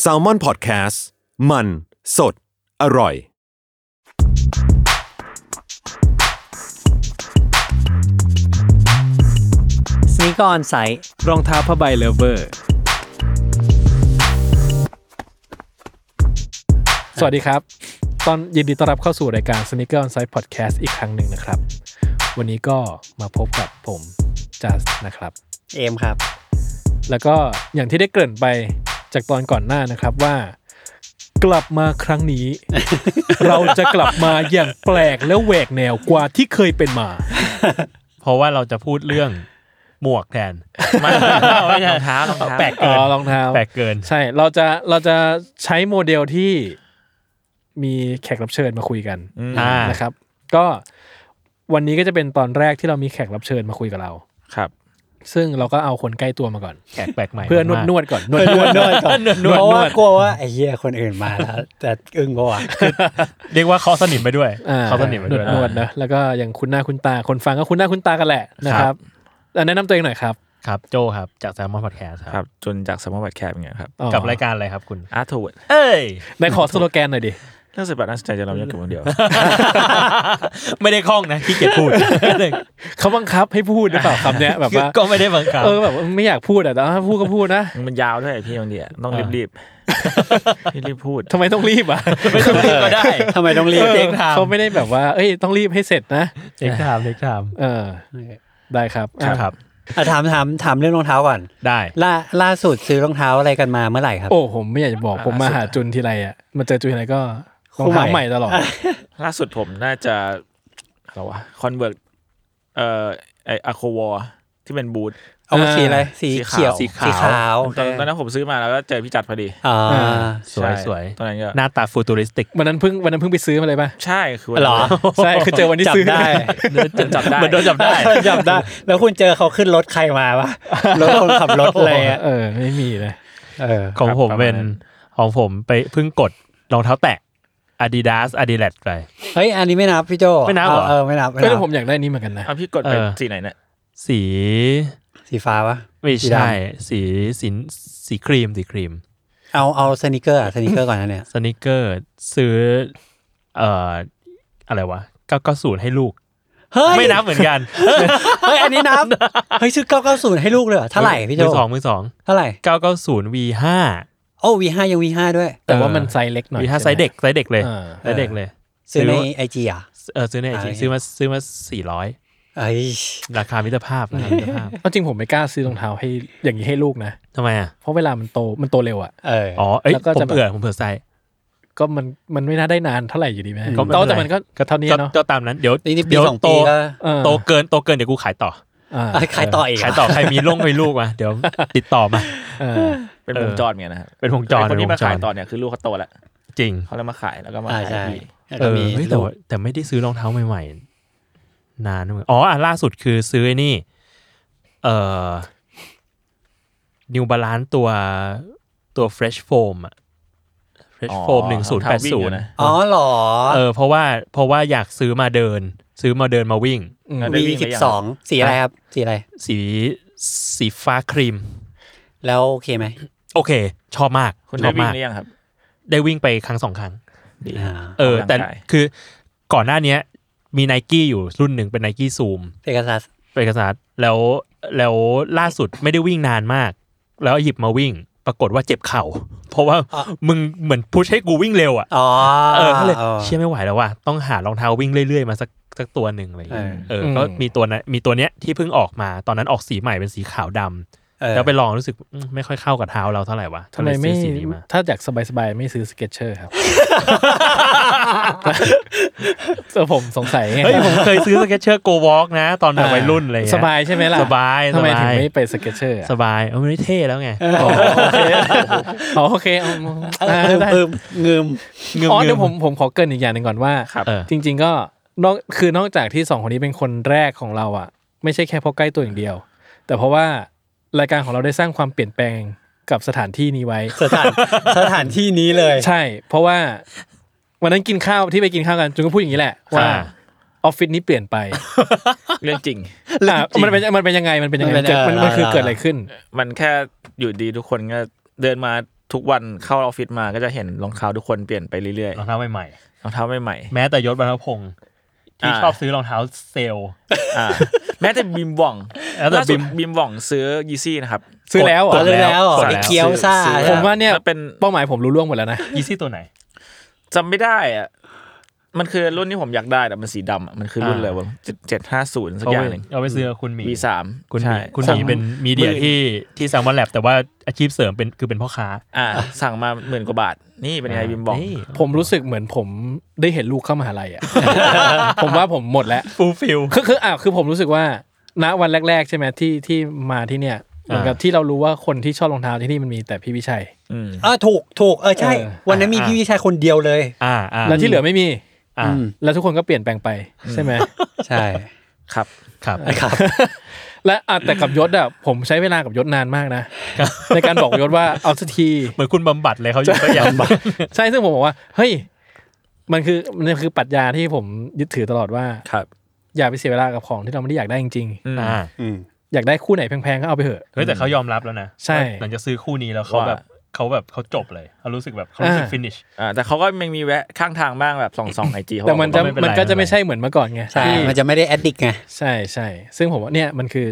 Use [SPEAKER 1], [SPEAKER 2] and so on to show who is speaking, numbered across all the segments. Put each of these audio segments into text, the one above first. [SPEAKER 1] แซลมอนพอดแคสต์มันสดอร่อย
[SPEAKER 2] สนิกอนไซต์
[SPEAKER 3] รองเท้าผ้าใบเลเวอร์ สวัสดีครับ ตอนยินดีต้อนรับเข้าสู่รายการ Sneaker On Site Podcast อีกครั้งหนึ่งนะครับ วันนี้ก็มาพบกับผมจัสนะครับ
[SPEAKER 2] เอมครับ
[SPEAKER 3] แล้วก็อย่างที่ได้เกริ่นไปจากตอนก่อนหน้านะครับว่า กลับมาครั้งนี้ เราจะกลับมาอย่างแปลกและแหวกแนวกว่าที่เคยเป็นมา
[SPEAKER 4] เพราะว่าเราจะพูดเรื่องหมวกแทนไม่รองเท้ารองเท้าแปลก
[SPEAKER 3] อ๋
[SPEAKER 4] เกิ
[SPEAKER 3] อน รองเท้า
[SPEAKER 4] แปลกเกิน
[SPEAKER 3] ใช่เราจะเราจะใช้โมเดลที่มีแขกรับเชิญมาคุยกัน
[SPEAKER 4] อ่าน
[SPEAKER 3] นะครับ ก็วันนี้ก็จะเป็นตอนแรกที่เรามีแขกรับเชิญมาคุยกับเรา
[SPEAKER 4] ครับ
[SPEAKER 3] ซึ่งเราก็เอาคนใกล้ตัวมาก่อน
[SPEAKER 4] แขกแปลกใหม่
[SPEAKER 3] เพื่อนวด
[SPEAKER 4] มาก
[SPEAKER 3] นวดก่อนนวด
[SPEAKER 2] น
[SPEAKER 3] น
[SPEAKER 2] ว
[SPEAKER 3] ว
[SPEAKER 2] ด
[SPEAKER 3] ด
[SPEAKER 2] นวดก่อน
[SPEAKER 3] นวด
[SPEAKER 2] เพราะ
[SPEAKER 3] น
[SPEAKER 2] ว่าว
[SPEAKER 3] ด
[SPEAKER 2] กลัวว่าไอ้เหี้ยคนอื่นมาแล้วจะอึ้งปะวะ
[SPEAKER 4] เรียกว่าเขาสนิทไปด้วย
[SPEAKER 3] อ่า
[SPEAKER 4] เขาสนิทไป
[SPEAKER 3] นว
[SPEAKER 4] ด้ว
[SPEAKER 3] ด
[SPEAKER 4] ย
[SPEAKER 3] นวดนะแล้วก็อย่างคุณหน้าคุณตาคนฟังก็คุณหน้าคุณตากันแหละนะครับอ่ะแนะนำตัวเองหน่อยครับ
[SPEAKER 4] ครับโจครับ จากแซมมอนพอดแคสต์
[SPEAKER 5] ครับจนจากสมมติบัตแคปเป็นไงครับ
[SPEAKER 3] อ๋อ
[SPEAKER 4] กับรายการอะไรครับคุณ
[SPEAKER 5] อาร์ทเวิร์ด
[SPEAKER 4] เอ้ย
[SPEAKER 3] ไหนขอสโลแกนหน่อยดิ
[SPEAKER 5] เรื่องสิบบาทน่าสนใจจะเราเยอะกับคน เดียว
[SPEAKER 4] ไม่ได้คล่องนะขี้เกียจพูด
[SPEAKER 3] เขาบังคับให้พูดหรือเปล่าคำเนี้ยแบบว่า
[SPEAKER 4] ก็ไม่ได้บังคับ
[SPEAKER 3] เออแบบไม่อยากพูดอ่ะแต่ถ้าพูดก็พูดนะ
[SPEAKER 5] มันยาวด้วยพี่บางทีอะต้องรีบรีบ รีบรีบพูด
[SPEAKER 3] ทำไมต้องรีบอ่ะ
[SPEAKER 4] ไม่ต้องรีบก็ได้
[SPEAKER 2] ทำไมต้องรีบ
[SPEAKER 4] เด็ก ถาม
[SPEAKER 3] เขาไม่ได้แบบว่า เอ้ย ต้องรีบให้เสร็จนะ
[SPEAKER 4] เด็กถามเด็กถาม
[SPEAKER 3] เออ ได้ครับ
[SPEAKER 4] ค
[SPEAKER 3] อ่ะ
[SPEAKER 4] รับ
[SPEAKER 2] อ่ะถามถามถามเรื่องรองเท้าก่อน
[SPEAKER 4] ได้
[SPEAKER 2] ล่าล่าสุดซื้อรองเท้าอะไรกันมาเมื่อไหร่ครับ
[SPEAKER 3] โอ้ ผมไม่อยากจะบอก ผมมาหาจุนทีไรอ่ะ มาเจอจุนทีไรก็
[SPEAKER 2] คู่
[SPEAKER 3] รองเท้า
[SPEAKER 2] ให
[SPEAKER 3] ให
[SPEAKER 2] ม่
[SPEAKER 3] ม่ตลอด
[SPEAKER 5] ล่าสุดผมน่าจะอะไรวะคอนเวิร์เอ่อไออะโควอที่เป็นบูท
[SPEAKER 2] เอามา
[SPEAKER 3] อ่า
[SPEAKER 2] สีอะไรสีเขียว
[SPEAKER 5] สีขาว
[SPEAKER 2] สีขาว
[SPEAKER 5] ตอนตอนนั้นผมซื้อมาแล้วก็เจอพี่จัดพอดี
[SPEAKER 2] อ่า
[SPEAKER 4] สวย
[SPEAKER 5] ใช่
[SPEAKER 4] สวย
[SPEAKER 5] ตอนนั้นก็
[SPEAKER 4] หน้าตาฟูตูริสติก
[SPEAKER 3] วันนั้นเพิ่งวันนั้นเพิ่งไปซื้อมาเลยป่ะ
[SPEAKER 5] ใช่คือวัน
[SPEAKER 2] เหรอ
[SPEAKER 3] ใช่ คือเจอวันที่
[SPEAKER 2] จับ
[SPEAKER 3] ซื้อ
[SPEAKER 2] ได้
[SPEAKER 5] จับได้
[SPEAKER 4] เหมือนโดนจับได้
[SPEAKER 2] จำได้ แล้วคุณเจอเขาขึ้นรถใครมาวะรถคนขับรถอะไรอะ
[SPEAKER 3] เออ ไม่มีเลย
[SPEAKER 2] เออ
[SPEAKER 4] ของผม
[SPEAKER 5] ครับประมาณ
[SPEAKER 4] เป็น
[SPEAKER 5] นั้น
[SPEAKER 4] ของผมไปเพิ่งกดรองเท้าแตะ Adidas Adilet ไป
[SPEAKER 2] เฮ้ย อันนี้ไม่นับพี่โจ
[SPEAKER 4] ไม่นับเหรอ
[SPEAKER 2] เออไม่นับไม่
[SPEAKER 3] ก็
[SPEAKER 2] นับ
[SPEAKER 3] ผมอยากได้นี้เหมือนกันนะ
[SPEAKER 5] เอาพี่กดไป
[SPEAKER 4] เออ
[SPEAKER 5] สีไหนเนี่ย
[SPEAKER 4] สี
[SPEAKER 2] สีฟ้าวะ
[SPEAKER 4] ไม่
[SPEAKER 2] สีด
[SPEAKER 4] ใช่สีสีสีครีมสีครีม
[SPEAKER 2] เอาเอาสนิเกอร์อะสนิเกอร์ก่อนนะเนี่ย
[SPEAKER 4] สนิเกอร์ซื้อเอ่ออะไรวะเก้าเก้าศูนย์ให้ลูก
[SPEAKER 2] เฮ้ย
[SPEAKER 4] ไม่นับเหมือนกัน
[SPEAKER 2] เฮ้ย อันนี้นับ เฮ้ย ซื้อ 990 ให้ลูกเลยเหรอเท่าไหร่พี่โจ
[SPEAKER 4] มือสองมือสอง
[SPEAKER 2] เท่าไหร่
[SPEAKER 4] เก้าเก้าศูนย์ V ห้า
[SPEAKER 2] โอ้ V5 ยัง V5 ด้วย
[SPEAKER 3] แต่ว่า
[SPEAKER 4] เออ
[SPEAKER 3] มันไซส์เล็กหน่อย
[SPEAKER 4] V ห้า
[SPEAKER 3] ใช่ไหม
[SPEAKER 4] ไซส์เด็กไซส์เด็กเลย
[SPEAKER 3] อ่า
[SPEAKER 4] ไซส์เด็กเลย
[SPEAKER 2] ซื้อ
[SPEAKER 4] ซื้
[SPEAKER 2] ใน
[SPEAKER 4] อ
[SPEAKER 2] ไอจีอ่ะ
[SPEAKER 4] เออซื้อในไอจี
[SPEAKER 2] อ่า
[SPEAKER 4] ซื้อมาซื้อมาสี่ร้อย
[SPEAKER 2] เอ้ย
[SPEAKER 4] ราคามิตรภาพราคามิตรภาพ
[SPEAKER 3] เอาจริงผมไม่กล้าซื้อรองเท้าให้อย่างนี้ให้ลูกนะ
[SPEAKER 4] ทำไมอ่ะ
[SPEAKER 3] เพราะเวลามันโต มันโตเร็วอ่ะ
[SPEAKER 2] เอออ
[SPEAKER 4] อ๋อเอ้ย
[SPEAKER 3] แล้วก็
[SPEAKER 4] ผม
[SPEAKER 3] จะแบบ
[SPEAKER 4] เผื่อผมเผื่อไซส์
[SPEAKER 3] ก็มัน มันไม่น่าได้นานเท่าไหร่อยู่ดีไหม
[SPEAKER 4] ก็ไม่เป็นไร
[SPEAKER 3] โตแต่มันก็ก็เท่านี้
[SPEAKER 4] ก็
[SPEAKER 3] เนาะ
[SPEAKER 4] ก็ตามนั้นเดี๋ยว
[SPEAKER 2] นี่นี่ปี
[SPEAKER 4] เดี๋ยว
[SPEAKER 2] สองปี
[SPEAKER 4] โต
[SPEAKER 2] ก็
[SPEAKER 3] เออ
[SPEAKER 4] โตเกินโตเกินเดี๋ยวกูขายต่อ
[SPEAKER 3] อ่า
[SPEAKER 2] เอ้ ยขายต่ออีกะ
[SPEAKER 4] ขายต่อใครมีลงมีลูกมาเดี๋ยวติดต่อมา
[SPEAKER 3] เออ
[SPEAKER 5] เป็นวงจรเหมือนกันนะครับ
[SPEAKER 4] เป็นวงจร
[SPEAKER 5] ไอ้คนที่มา
[SPEAKER 4] เป็นวงจร
[SPEAKER 5] ขายต่อเนี่ยคือลูกเขาโตแล้ว
[SPEAKER 4] จริง
[SPEAKER 5] เขาเลยมาขายแล้วก็มา
[SPEAKER 2] อ่า
[SPEAKER 5] ขาย
[SPEAKER 2] ใช่
[SPEAKER 5] พี่
[SPEAKER 2] แล้ว
[SPEAKER 4] เอ
[SPEAKER 2] ก็
[SPEAKER 4] อ
[SPEAKER 2] มี
[SPEAKER 4] เฮ้ยแต่ว่าแต่ไม่ได้ซื้อรองเท้าใหม่ๆ นานนะเหมือนอ๋ออ่ะล่าสุดคือซื้อไอ้นี่ เอ่อ นิวบาลานตัวตัว Fresh Foam อะ Fresh
[SPEAKER 5] อ๋อ
[SPEAKER 4] Foam หนึ่งศูนย์แปดศูนย์
[SPEAKER 2] อ๋อเหรอ
[SPEAKER 4] เออเพราะว่าเพราะว่าอยากซื้อมาเดิน ซื้อมาเดินมาวิ่ง
[SPEAKER 5] อ่ะได้
[SPEAKER 2] วี
[SPEAKER 5] วิ่งห
[SPEAKER 2] สิ
[SPEAKER 5] รื
[SPEAKER 2] บ
[SPEAKER 5] ยั
[SPEAKER 2] สองสีอะไรครับ สีอะไร
[SPEAKER 4] สีสีฟ้าครีม
[SPEAKER 2] แล้วโอเคไหม
[SPEAKER 4] โอเค ชอบมาก
[SPEAKER 5] คุณ
[SPEAKER 4] ช
[SPEAKER 5] ได้
[SPEAKER 4] อบ
[SPEAKER 5] วิ่ง
[SPEAKER 4] มาก
[SPEAKER 5] หรือยังครับ
[SPEAKER 4] ได้วิ่งไปครั้งสองครั้ง
[SPEAKER 5] ดี
[SPEAKER 2] อ่า
[SPEAKER 4] เออ
[SPEAKER 5] ออกกำลัง
[SPEAKER 4] แต่
[SPEAKER 5] กาย
[SPEAKER 4] คือก่อนหน้าเนี้ย มีไนกี้อยู่รุ่นหนึ่งเป็นไนกี้ซูม
[SPEAKER 2] เปกัส
[SPEAKER 4] ไปกษัตริย์แล้วแล้วล่าสุดไม่ได้วิ่งนานมาก แล้วหยิบมาวิ่ง ปรากฏว่าเจ็บเข่า เพราะว่ามึงเหมือนพุชให้กูวิ่งเร็วอ่ะ
[SPEAKER 2] อ๋อ
[SPEAKER 4] เออก็เลย
[SPEAKER 2] อ
[SPEAKER 4] เชี่ยไม่ไหวแล้วว่ะต้องหารองเท้าวิ่งเรื่อยๆ มาสักสักตัวหนึ่งอะไรอย่างเงี้ยเอออ
[SPEAKER 2] ม
[SPEAKER 4] ก็มีตัวนั้นมีตัวเนี้ยที่เพิ่งออกมาตอนนั้นออกสีใหม่เป็นสีขาวดำ
[SPEAKER 2] เออ
[SPEAKER 4] แล้วไปลองรู้สึกอืมไม่ค่อยเข้ากับเท้าเราเท่าไหร่วะ
[SPEAKER 3] ทำไมไม่
[SPEAKER 4] ก็เลยซื้อสีนี้ มา
[SPEAKER 3] ถ้าอยากสบายๆ ไม่ซื้อสเก็ตเชอร์ครับ เออผมสงสัยไง
[SPEAKER 4] เฮ้ยผมเคยซื้อสเก็ตเชอร์โกวอล์กนะ ตอนแบบวัยรุ่นอะไรอย่าง
[SPEAKER 3] ส
[SPEAKER 4] เงี้ย
[SPEAKER 3] บายใช่ไหมล่ะ
[SPEAKER 4] สบาย
[SPEAKER 3] ทำไม
[SPEAKER 4] สบาย
[SPEAKER 3] ถึงไม่ไปสเก็ตเชอร์อะ
[SPEAKER 4] สบายเออมันไม่เท่แล้วไง
[SPEAKER 3] อ๋อโอเคเอา
[SPEAKER 2] เออเออ
[SPEAKER 3] ได้ได้
[SPEAKER 2] เออเงิม
[SPEAKER 4] เงื้
[SPEAKER 3] อ๋อเดี๋ยวผมผมขอเกรินอีกอย่างหนึ่งก่อนว่า
[SPEAKER 5] ครับ
[SPEAKER 4] เออ
[SPEAKER 3] จริง ๆ ก็นอกคือนอกจากที่สองคนนี้เป็นคนแรกของเราอ่ะ ไม่ใช่แค่เพราะใกล้ตัวอย่างเดียว แต่เพราะว่ารายการของเราได้สร้างความเปลี่ยนแปลงกับสถานที่นี้ไว้
[SPEAKER 2] สถาน สถานที่นี้เลย
[SPEAKER 3] ใช่ เพราะว่าวันนั้นกินข้าวที่ไปกินข้าวกันจุนก็พูดอย่างนี้แหละว่า
[SPEAKER 4] อ่า
[SPEAKER 3] ออฟฟิศนี้เปลี่ยนไป
[SPEAKER 5] เรื่องจริง
[SPEAKER 3] อ่ะมันเป็นมันเป็นยังไงมันเป็นยังไง
[SPEAKER 2] มันเป็น
[SPEAKER 3] เกิดมันมัน
[SPEAKER 2] เออ
[SPEAKER 3] คือ
[SPEAKER 2] เออ
[SPEAKER 3] เกิดอะไรขึ้น
[SPEAKER 5] มันแค่อยู่ดีทุกคนก็เดินมาทุกวันเข้าออฟฟิศมาก็จะเห็นรองเท้าทุกคนเปลี่ยนไปเรื่อย
[SPEAKER 4] รองเท้าใหม่
[SPEAKER 5] ๆรองเท้าใหม่
[SPEAKER 4] ๆแม้แต่ยศบรรพพงษ์ที่
[SPEAKER 5] อ่า
[SPEAKER 4] ชอบซื้อรองเท้าเซลล์
[SPEAKER 5] ๆอ่าแม้แต่บิมหว่อง
[SPEAKER 4] แล้วแต่
[SPEAKER 5] ล่าสุ
[SPEAKER 4] บิ
[SPEAKER 5] ด
[SPEAKER 4] ม
[SPEAKER 5] บิมหว่องซื้อยีซี่นะครับ
[SPEAKER 3] ซื้อแล้วเหร
[SPEAKER 2] อ๋อ
[SPEAKER 3] อ
[SPEAKER 2] เลยแล้วเหรอ
[SPEAKER 4] สดแล้ว
[SPEAKER 2] ไอ้เคี้ยวซ่า
[SPEAKER 5] ซื้อ
[SPEAKER 2] ใช่ไห
[SPEAKER 3] ผ
[SPEAKER 5] ซื้อ
[SPEAKER 3] มว่าเนี่ย
[SPEAKER 5] แล้วเป็น
[SPEAKER 3] เป้าหมายผมรู้ล่วงหมดแล้วนะ
[SPEAKER 4] ยีซี่ตัวไหน
[SPEAKER 5] จำไม่ได้อ่ะมันคือรุ่นที่ผมอยากได้แต่มันสีดำอะมันคือรุ่น
[SPEAKER 4] อ่า
[SPEAKER 5] อะไรวะเจ็ดห้าศูนย์สัก
[SPEAKER 4] เอา
[SPEAKER 5] อ
[SPEAKER 4] ไป
[SPEAKER 5] ย่างหนึ่ง
[SPEAKER 4] เอาไปซื้อกับคุณหมี
[SPEAKER 5] วีสาม
[SPEAKER 4] คุณห
[SPEAKER 5] ใช่
[SPEAKER 4] มีคุณหมีเป็นมีเดียที่ที่แซลมอนแลบแต่ว่าอาชีพเสริมเป็นคือเป็นพ่อค้า
[SPEAKER 5] อ่า สั่งมาหมื่นกว่าบาท นี่เป็นไงบิมหว่อง
[SPEAKER 4] นี่
[SPEAKER 3] ผมรู้สึกเหมือนผมได้เห็นลูกเข้ามหาลัยอ่ะ ผมว่าผมหมดแล้ว
[SPEAKER 4] ฟูลฟิล
[SPEAKER 3] คือคืออ่ะคือผมรู้สึกว่าณวันแรก ๆ ใช่ไหมที่ที่มาที่เนี่ยเหมือนกับที่เรารู้ว่าคนที่ชอบรองเท้าที่นี่มันมีแต่พี่วิชัย
[SPEAKER 2] อ่าถูกถูกเออใช่
[SPEAKER 3] เออ
[SPEAKER 2] วันนั้นมี
[SPEAKER 4] อ่า
[SPEAKER 2] พี่วิชัยคนเดียวเลย
[SPEAKER 4] อ่าอ่า
[SPEAKER 3] แล้วที่เหลือไม่มี
[SPEAKER 4] อ่า
[SPEAKER 2] อืม
[SPEAKER 3] แล้วทุกคนก็เปลี่ยนแปลงไปใช่ไหม
[SPEAKER 2] ใช่
[SPEAKER 5] ครับ
[SPEAKER 4] ครับ
[SPEAKER 2] ครับ
[SPEAKER 3] และอ่ะแต่กับยศอ่ะผมใช้เวลากับยศนานมากนะ ในการบอกยศว่าเอาสักที
[SPEAKER 4] เหมือนคุณบำบัดเลยเขาอยู่ก็อยากบำบั ด
[SPEAKER 3] ใช่ซึ่งผมบอกว่า เฮ้ย มันคือมันคือปรัชญาที่ผมยึดถือตลอดว่า
[SPEAKER 5] ครับ
[SPEAKER 3] อย่าไปเสียเวลากับของที่เราไม่ได้อยากได้จริง
[SPEAKER 5] อืม
[SPEAKER 4] อ่า
[SPEAKER 3] ๆ อยากได้คู่ไหนแพงๆก็เอาไปเถอะ
[SPEAKER 4] เฮ้ยแต่เขายอมรับแล้วนะ
[SPEAKER 3] ใช่
[SPEAKER 4] หลังจากซื้อคู่นี้แล้วเขา
[SPEAKER 5] ว่า
[SPEAKER 4] แบบเขาแบบเขาจบเลยเขารู้สึกแบบเขารู้สึกฟินิช
[SPEAKER 5] อ่าแต่เขาก็ยังมีแวะข้างทางบ้างแบบสองสองไอจีเขา
[SPEAKER 3] แต่มันจะ
[SPEAKER 4] ไม่เป็นไร
[SPEAKER 3] มันก็จะ
[SPEAKER 4] ไม่เป็นไร
[SPEAKER 3] ไม่ใช่เหมือนเมื่อก่อนไง
[SPEAKER 2] ใช่
[SPEAKER 3] ที่
[SPEAKER 2] มันจะไม่ได้แอดดิกไง
[SPEAKER 3] ใช่ใช่ซึ่งผมว่าเนี่ยมันคือ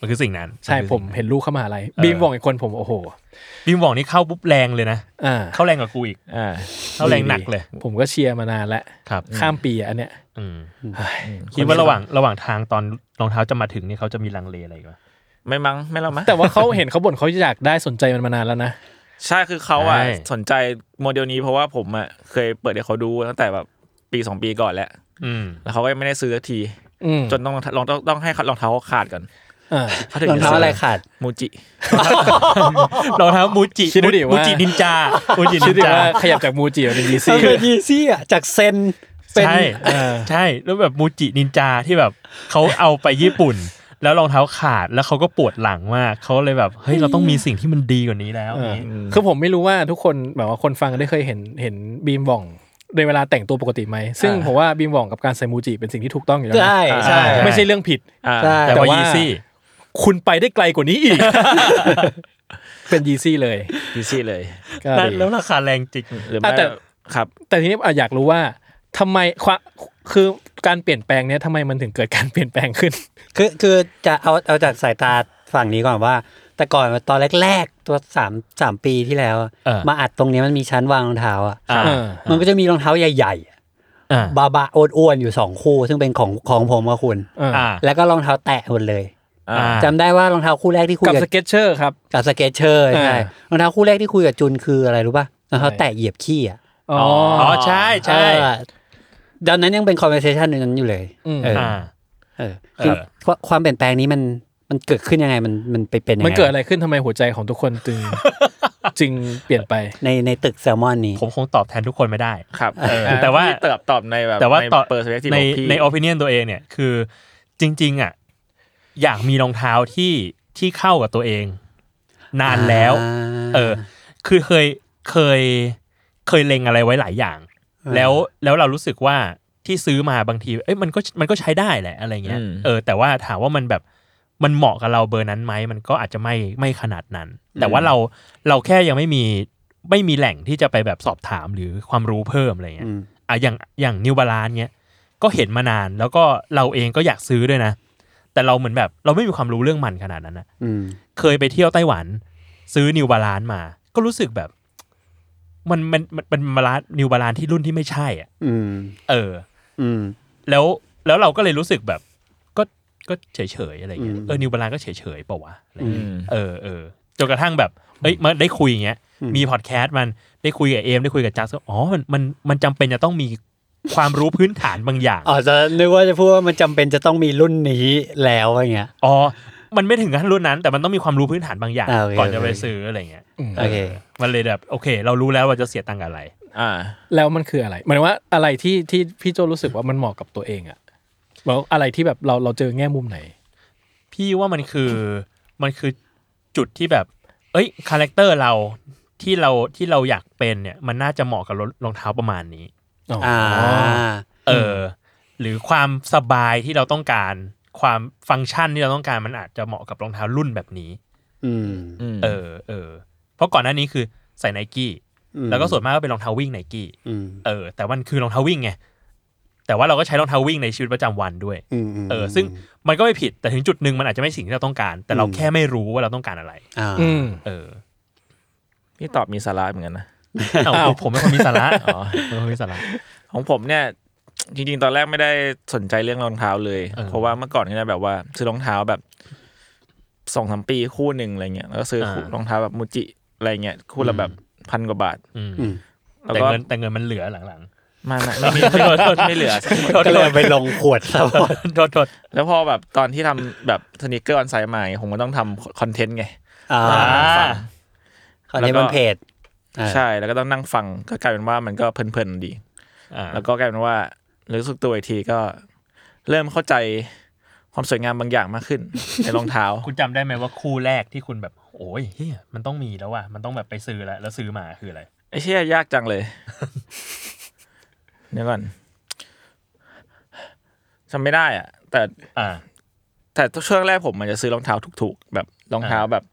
[SPEAKER 4] มันคือสิ่งนั้น
[SPEAKER 3] ใช่
[SPEAKER 4] นคือ
[SPEAKER 3] ผม
[SPEAKER 4] สิ่งนั้น
[SPEAKER 3] เห็นลูกเข้ามหาอะไร
[SPEAKER 4] เออ
[SPEAKER 3] บีมบอกอีกคนผมโอ้โห
[SPEAKER 4] บิมบอกนี่เข้าปุ๊บแรงเลยนะ
[SPEAKER 3] อ่า
[SPEAKER 4] เข้าแรงกว่ากู อีก
[SPEAKER 5] อ่า
[SPEAKER 4] เข้าแรงหนักเลย
[SPEAKER 3] ผมก็เชียร์มานานแล้ว
[SPEAKER 4] ครับ
[SPEAKER 3] ข้ามปีอะอันเนี้ย
[SPEAKER 4] อืม
[SPEAKER 3] เฮ้ย
[SPEAKER 4] คิดว่าระหว่างระหว่างทางตอนรองเท้าจะมาถึงนี่เขาจะมีลังเลอะไรอีกไหม
[SPEAKER 5] ไม่มั้งไม่เรามั้ง
[SPEAKER 3] แต่ว่าเขาเห็นเขาบ่นเขาอยากได้สนใจมันมานานแล้วนะ
[SPEAKER 5] ใช่คือเขาอ่ะ
[SPEAKER 4] ใช่
[SPEAKER 5] สนใจโมเดลนี้เพราะว่าผมอ่ะเคยเปิดให้เขาดูตั้งแต่แบบปีสองปีก่อนแล้ว
[SPEAKER 4] อืม
[SPEAKER 5] แล้วเขาก็ยังไม่ได้ซื้อสักที
[SPEAKER 3] อืม
[SPEAKER 5] จนต้องลองต้องต้องให้รองเท้าเขาขาดก่อน
[SPEAKER 3] อ่า
[SPEAKER 5] เขาถึง
[SPEAKER 2] รอง
[SPEAKER 5] จะ
[SPEAKER 2] เท้า
[SPEAKER 5] ซื้
[SPEAKER 2] อะไรขาด
[SPEAKER 5] มูจิ
[SPEAKER 4] รองเท้ามูจิ
[SPEAKER 3] คิดดูดิว่า
[SPEAKER 4] มูจินินจามูจิ
[SPEAKER 3] คิ
[SPEAKER 4] นิ
[SPEAKER 3] ด
[SPEAKER 4] น
[SPEAKER 3] ดู
[SPEAKER 4] จา
[SPEAKER 3] ว่าขยับจากมูจิมาเป็นยี
[SPEAKER 2] เอ
[SPEAKER 3] ซี่
[SPEAKER 2] อยีซี่อ่ะจากเซนเป็น
[SPEAKER 4] ใช่
[SPEAKER 3] เออ
[SPEAKER 4] ใช่แล้วแบบมูจินินจาที่แบบเขาเอาไปญี่ปุ่น แล้วรองเท้าขาดแล้วเขาก็ปวดหลังมากเขาเลยแบบเฮ้ยเราต้องมีสิ่งที่มันดีกว่านี้แล้ว
[SPEAKER 3] เออคือผมไม่รู้ว่าทุกคนแบบว่าคนฟังได้เคยเห็นเห็นบีมหว่องในเวลาแต่งตัวปกติไหม ซึ่งผมว่าบีมหว่องกับการใส่มูจิเป็นสิ่งที่ถูกต้องอยู่แล้วนะ
[SPEAKER 2] ใช่ใช่
[SPEAKER 3] ไม่ใช่เรื่องผิด
[SPEAKER 5] อ่า
[SPEAKER 2] ใช่
[SPEAKER 4] แต่
[SPEAKER 3] แต่
[SPEAKER 4] ว่า
[SPEAKER 3] ว่า
[SPEAKER 4] ยีซี่
[SPEAKER 3] คุณไปได้ไกลกว่านี้อี ก เป็นยีซี่เลย
[SPEAKER 5] ดีซี่เลย
[SPEAKER 3] ก็ดี
[SPEAKER 4] แล้วราคาแรงจริง
[SPEAKER 5] หรือ
[SPEAKER 3] อ่ะ
[SPEAKER 5] ไม่
[SPEAKER 3] แต่
[SPEAKER 5] ครับ
[SPEAKER 3] แต่ทีนี้อ่ะอยากรู้ว่าทำไมความคือการเปลี่ยนแปลงเนี้ยทำไมมันถึงเกิดการเปลี่ยนแปลงขึ้น
[SPEAKER 2] คือคือจะเอาเอาจากสายตาฝั่งนี้ก่อนว่า แต่ก่อนตอนแรกๆตัวสามสามปีที่แล้วอะ
[SPEAKER 4] เออ
[SPEAKER 2] มาอัดตรงเนี้ยมันมีชั้นวางรองเท้าอ่ะ
[SPEAKER 4] อ่า
[SPEAKER 3] เออ
[SPEAKER 2] มันก็จะมีรองเท้าใหญ่
[SPEAKER 4] อ่า
[SPEAKER 2] ๆ บาบาอ้วนๆอยู่สองคู่ ซึ่งเป็นของของผมกับคุณ
[SPEAKER 3] อ่า
[SPEAKER 4] อ่า
[SPEAKER 2] แล้วก็รองเท้าแตะหมดเลย
[SPEAKER 5] อ่า
[SPEAKER 4] อ่า
[SPEAKER 2] จำได้ว่ารองเท้าคู่แรกที่คุย
[SPEAKER 3] กับ
[SPEAKER 2] กับ
[SPEAKER 3] สเก็ตเชอร์ครับ
[SPEAKER 2] กับสเก็ตเชอร์ใช่
[SPEAKER 3] อ่าร
[SPEAKER 2] องเท้าคู่แรกที่คุยกับจุนคืออะไรรู้ป่ะรองเท้า
[SPEAKER 3] อะไร
[SPEAKER 2] แตะเหยียบขี้อ่ะ
[SPEAKER 3] อ๋อ
[SPEAKER 4] อ๋อใช่ใช่
[SPEAKER 2] เออตอนนั้นยังเป็นคอนเวอร์เซชันนั้นอยู่เลย
[SPEAKER 3] ม
[SPEAKER 2] เอออ
[SPEAKER 4] อ่า
[SPEAKER 2] เออ
[SPEAKER 4] เออ
[SPEAKER 2] คือความเปลี่ยนแปลงนี้มันมันเกิดขึ้นยังไงมันมันไปเป็นยังไง
[SPEAKER 3] มันเกิดอะไรขึ้นทำไมหัวใจของทุกคนจึง จึงเปลี่ยนไป
[SPEAKER 2] ในในตึกแซลมอนนี้
[SPEAKER 4] ผมคงตอบแทนทุกคนไม่ได้
[SPEAKER 5] ครับเออ
[SPEAKER 4] แต่ว่า
[SPEAKER 5] พี่เติบตอบในแบบ
[SPEAKER 4] แต่ว่าต่อ
[SPEAKER 5] เปอร์สเปกทีฟ
[SPEAKER 4] ใน
[SPEAKER 5] ของพี่
[SPEAKER 4] ในโอปิเนียนตัวเองเนี่ยคือจริง ๆอ่ะอยากมีรองเท้าที่ที่เข้ากับตัวเอง นานแล้ว
[SPEAKER 2] อ่า
[SPEAKER 4] เออ คือเคยเคยเคยเล็งอะไรไว้หลายอย่าง แล้วแล้วเรารู้สึกว่าที่ซื้อมาบางที เอ้ยมันก็มันก็ใช้ได้แหละอะไรเงี้ยเออแต่ว่าถามว่ามันแบบมันเหมาะกับเราเบอร์นั้นไหมมันก็อาจจะไม่ไม่ขนาดนั้น แต่ว่าเราเราแค่ยังไม่มีไม่มีแหล่งที่จะไปแบบสอบถามหรือความรู้เพิ่มอะไรเงี้ย
[SPEAKER 2] อืม
[SPEAKER 4] อ่ะอย่างอย่างนิวบาลานเนี้ยก็เห็นมานานแล้วก็เราเองก็อยากซื้อด้วยนะ แต่เราเหมือนแบบเราไม่มีความรู้เรื่องมันขนาดนั้นนะ
[SPEAKER 2] อืม
[SPEAKER 4] เคยไปเที่ยวไต้หวัน ซื้อนิวบาลานมา ก็รู้สึกแบบ มันมันมันเป็นบาลานนิวบาลานที่รุ่นที่ไม่ใช่อ่ะ
[SPEAKER 2] อืม
[SPEAKER 4] เออ
[SPEAKER 2] อืม
[SPEAKER 4] แล้วแล้วเราก็เลยรู้สึกแบบ ก็ก็เฉยเฉยๆอะไรเงี้ย
[SPEAKER 2] อืม
[SPEAKER 4] เออนิวบาลานก็เฉยเฉยๆเปล่าวะอะไร
[SPEAKER 5] อื
[SPEAKER 4] เงี้ย
[SPEAKER 5] ม
[SPEAKER 4] เออเออจนกระทั่งแบบเอ้ยมาได้คุยอย่างเงี้ย มีพอดแคสต์มันได้คุยกับเอมได้คุยกับจัสก็อ๋อมันมันมันจำเป็นจะต้องมีความรู้พื้นฐานบางอย่าง
[SPEAKER 2] อ๋อจะนึกว่าจะพูดว่ามันจำเป็นจะต้องมีรุ่นนี้แล้วอะไรเงี้ย
[SPEAKER 4] อ๋อ มันไม่ถึงขั้นรุ่นนั้น แต่มันต้องมีความรู้พื้นฐานบางอย่าง
[SPEAKER 2] อ่าโอเค
[SPEAKER 4] ก่อนจะ
[SPEAKER 2] โอเค
[SPEAKER 4] ไปซื้ออะไรเงี้ย
[SPEAKER 2] โอเค
[SPEAKER 4] มันเลยแบบโอเค เรารู้แล้วว่าจะเสียตังค์กับอะไร
[SPEAKER 5] อ่า
[SPEAKER 3] แล้วมันคืออะไรหมายถึงว่าอะไรที่ที่พี่โจรู้สึกว่ามันเหมาะกับตัวเองอะแล้วอะไรที่แบบเราเราเจอแง่มุมไหน
[SPEAKER 4] พี่ว่ามันคือมันคือจุดที่แบบ เอ้ยคาแรคเตอร์เราที่เราที่เราอยากเป็นเนี่ย มันน่าจะเหมาะกับรถรองเท้าประมาณนี้
[SPEAKER 2] อ่า
[SPEAKER 4] เอออหรือความสบายที่เราต้องการ ความฟังก์ชันที่เราต้องการมันอาจจะเหมาะกับรองเท้ารุ่นแบบนี้
[SPEAKER 2] อืม
[SPEAKER 5] อืม
[SPEAKER 4] เออเออเพราะก่อนหน้านี้คือใส่ไนกี้
[SPEAKER 2] อืม
[SPEAKER 4] แล้วก็ส่วนมากก็เป็นรองเท้าวิ่งไนกี้
[SPEAKER 2] อืม
[SPEAKER 4] เออแต่มันคือรองเท้าวิ่งไง แต่ว่าเราก็ใช้รองเท้าวิ่งในชีวิตประจำวันด้วย
[SPEAKER 2] อืมม
[SPEAKER 4] เออ ซึ่งมันก็ไม่ผิดแต่ถึงจุดหนึ่งมันอาจจะไม่สิ่งที่เราต้องการ แต่เราแค่ไม่รู้ว่าเราต้องการอะไร
[SPEAKER 2] อ่า
[SPEAKER 3] อืม
[SPEAKER 4] เออ
[SPEAKER 5] พี่ตอบมีสาระเหมือนกันนะ
[SPEAKER 4] เอาผมเป็นคนมีสาระอ๋อผมเป็นคนมีสาระ
[SPEAKER 5] ของผมเนี่ย จริง ๆ ตอนแรกไม่ได้สนใจเรื่องรองเท้าเลย
[SPEAKER 4] เออ
[SPEAKER 5] เพราะว่าเมื่อก่อนเนี่ยแบบว่า ซื้อรองเท้าแบบสองสามปีคู่หนึ่งอะไรเงี้ยแล้วก็ซื้อคู่
[SPEAKER 4] อ่าร
[SPEAKER 5] องเท้าแบบมูจิอะไรเงี้ยคู่ละ
[SPEAKER 4] อืม
[SPEAKER 5] แบบพันกว่าบาท
[SPEAKER 4] อืม
[SPEAKER 2] อืม
[SPEAKER 5] แล้ว
[SPEAKER 4] แต่
[SPEAKER 5] ก็
[SPEAKER 4] เงินแต่เงินมันเหลือหลัง
[SPEAKER 5] ไมาไม่ มีไม่ลดไม่เหลือ
[SPEAKER 4] ๆ
[SPEAKER 2] ก็เลยไปลงขวดซะหมด
[SPEAKER 4] โทษโทษ
[SPEAKER 5] แล้วพอแบบตอนที่ทำแบบสนิเกอร์ออนไซด์ใหม่ผมก็ต้องทำคอนเทนต์ไง
[SPEAKER 2] อ่า
[SPEAKER 4] อ่า
[SPEAKER 2] คราวนี้มันเพจอ่า
[SPEAKER 5] ใช่ แล้วก็ต้องนั่งฟังก็กลายเป็นว่ามันก็เพลินๆดี
[SPEAKER 4] อ่า
[SPEAKER 5] แล้วก็กลายเป็นว่ารู้สึกตัวอีกทีก็ เริ่มเข้าใจความสวยงามบางอย่างมาก ขึ้น ในรองเท้า
[SPEAKER 4] คุณจำได้ไหมว่าคู่แรกที่คุณแบบ โอ้ยเฮียมันต้องมีแล้วว่ะมันต้องแบบไปซื้อแล้วแล้วซื้อมาคืออะไร
[SPEAKER 5] ไอ้เชี่ยยากจังเลย เดี๋ยวก่อนจำไม่ได้อะแต่
[SPEAKER 4] อ่า
[SPEAKER 5] แต่ช่วงแรกผมมันจะซื้อรองเท้าถูกๆ แบบรองเท้าแบบ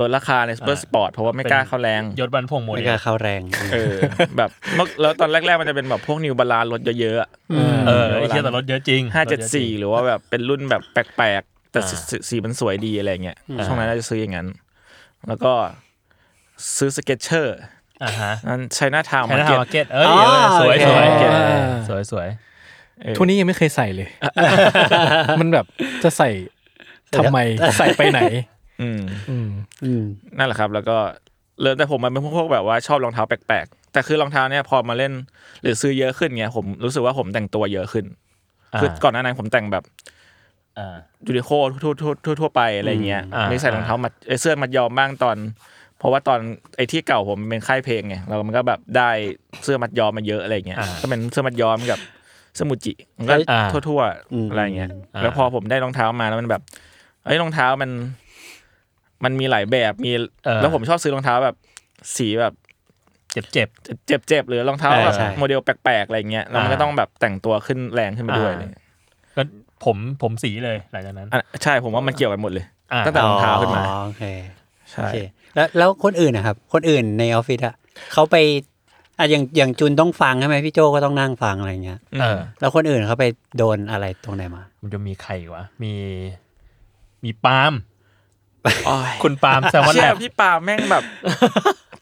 [SPEAKER 5] ลดราคาในซูเปอร์สปอร์ตเพราะว่าไม่กล้าเข้าแรง
[SPEAKER 4] ยศบันพงษ์โม
[SPEAKER 2] ไม่
[SPEAKER 4] เด
[SPEAKER 2] กล้า
[SPEAKER 4] ล
[SPEAKER 2] เข้าแรงอืม
[SPEAKER 5] เอ อ แบบเมื่อแล้วตอนแรกๆ มันจะเป็นแบบพวกนิวบาลานรถเยอะๆอะ
[SPEAKER 4] เออไอ้เชี่ยแต่รถเยอะจริง
[SPEAKER 5] ห้าเจ็ด
[SPEAKER 4] รถยอะริ
[SPEAKER 5] สี่
[SPEAKER 4] ง
[SPEAKER 5] หรือว่าแบบเป็นรุ่นแบบแปลกๆ แต่
[SPEAKER 4] อ่า
[SPEAKER 5] สสสีมันสวยดีอะไรเงี้ยช่วงนั้นเราจะซื้ออย่างนั้น แล้วก็ซื้อสเก็ตเชอร์
[SPEAKER 4] อ่าฮะ
[SPEAKER 5] นั้นใช้หน้าทาวมา
[SPEAKER 4] แค่
[SPEAKER 5] เก็ต
[SPEAKER 4] ทำมาร์เก็ตเอ้ยเออสวยสวย
[SPEAKER 5] โอเค
[SPEAKER 4] สวยสวย
[SPEAKER 3] ทุกวันนี้ยังไม่เคยใส่เลย มันแบบจะใส่ทำไมใส่ไปไหน
[SPEAKER 5] อืม
[SPEAKER 3] อืม
[SPEAKER 2] อืม
[SPEAKER 5] นั่นแหละครับ แล้วก็เริ่มแต่ผมมันเป็นพวกแบบว่าชอบรองเท้าแปลกๆ แต่คือรองเท้าเนี่ยพอมาเล่นหรือซื้อเยอะขึ้นเงี้ยผมรู้สึกว่าผมแต่งตัวเยอะขึ้น คือก่อนหน้านั้นผมแต่งแบบ
[SPEAKER 4] อ่า
[SPEAKER 5] ยูนิโคทั่วทั่วๆทั่วๆไปอะไรเงี้ย
[SPEAKER 4] อืมอ่า
[SPEAKER 5] มีใส่รองเท้ามัดเอ้ยเสื้อมัดยอมบ้างตอน เพราะว่าตอนไอ้ที่เก่าผมเป็นค่ายเพลงไงเรามันก็แบบได้เสื้อมัดยอมมาเยอะอะไรเงี้ย
[SPEAKER 4] อ่า
[SPEAKER 5] ก็เป็นเสื้อมัดยอมกับเสื้อมูจิมันก็
[SPEAKER 4] อ่า
[SPEAKER 5] ทั่วๆอะไรเงี้ย
[SPEAKER 4] อ่า
[SPEAKER 5] แล้วพอผมได้รองเท้ามาแล้วมันแบบเอ้ยรองเท้ามันมันมีหลายแบบมีแล้วผมชอบซื้อรองเท้าแบบสีแบบ
[SPEAKER 4] เจ็บเจ็บ
[SPEAKER 5] เจ็บๆหรือรองเท้า
[SPEAKER 4] เออ
[SPEAKER 5] แบบ
[SPEAKER 2] ใช่
[SPEAKER 5] โมเดลแปลกๆอะไรเงี้ยแล้วมันก็
[SPEAKER 4] อ่า
[SPEAKER 5] ต้องแบบแต่งตัวขึ้นแรงขึ้นไปด้วย
[SPEAKER 4] อ่า
[SPEAKER 5] อะไรเงี้ย
[SPEAKER 4] ๆก็ผมผมสีเลยหลังจากนั้น
[SPEAKER 5] อ่ะใช่ผมว่ามันเกี่ยวกันหมดเลย
[SPEAKER 4] อ่า
[SPEAKER 5] ตั้งแต่รองเท้าขึ้นมา
[SPEAKER 2] โอเค
[SPEAKER 5] ใช่
[SPEAKER 2] โอเคแล้วแล้วคนอื่นนะครับ คนอื่นในออฟฟิศอะเขาไปอ่ะอย่างอย่างจุนต้องฟังใช่ไหมพี่โจก็ต้องนั่งฟังอะไรเงี้ย
[SPEAKER 4] เออ
[SPEAKER 2] แล้วคนอื่นเขาไปโดนอะไรตรงไหนมา
[SPEAKER 4] มันจะมีใครอีกวะมี มีปาล์ม
[SPEAKER 5] โอ้ย
[SPEAKER 4] คุณปาล์มแซมมอน
[SPEAKER 5] เชี่
[SPEAKER 4] แล
[SPEAKER 5] ย
[SPEAKER 4] บ
[SPEAKER 5] พี่ปาล์มแม่งแบบ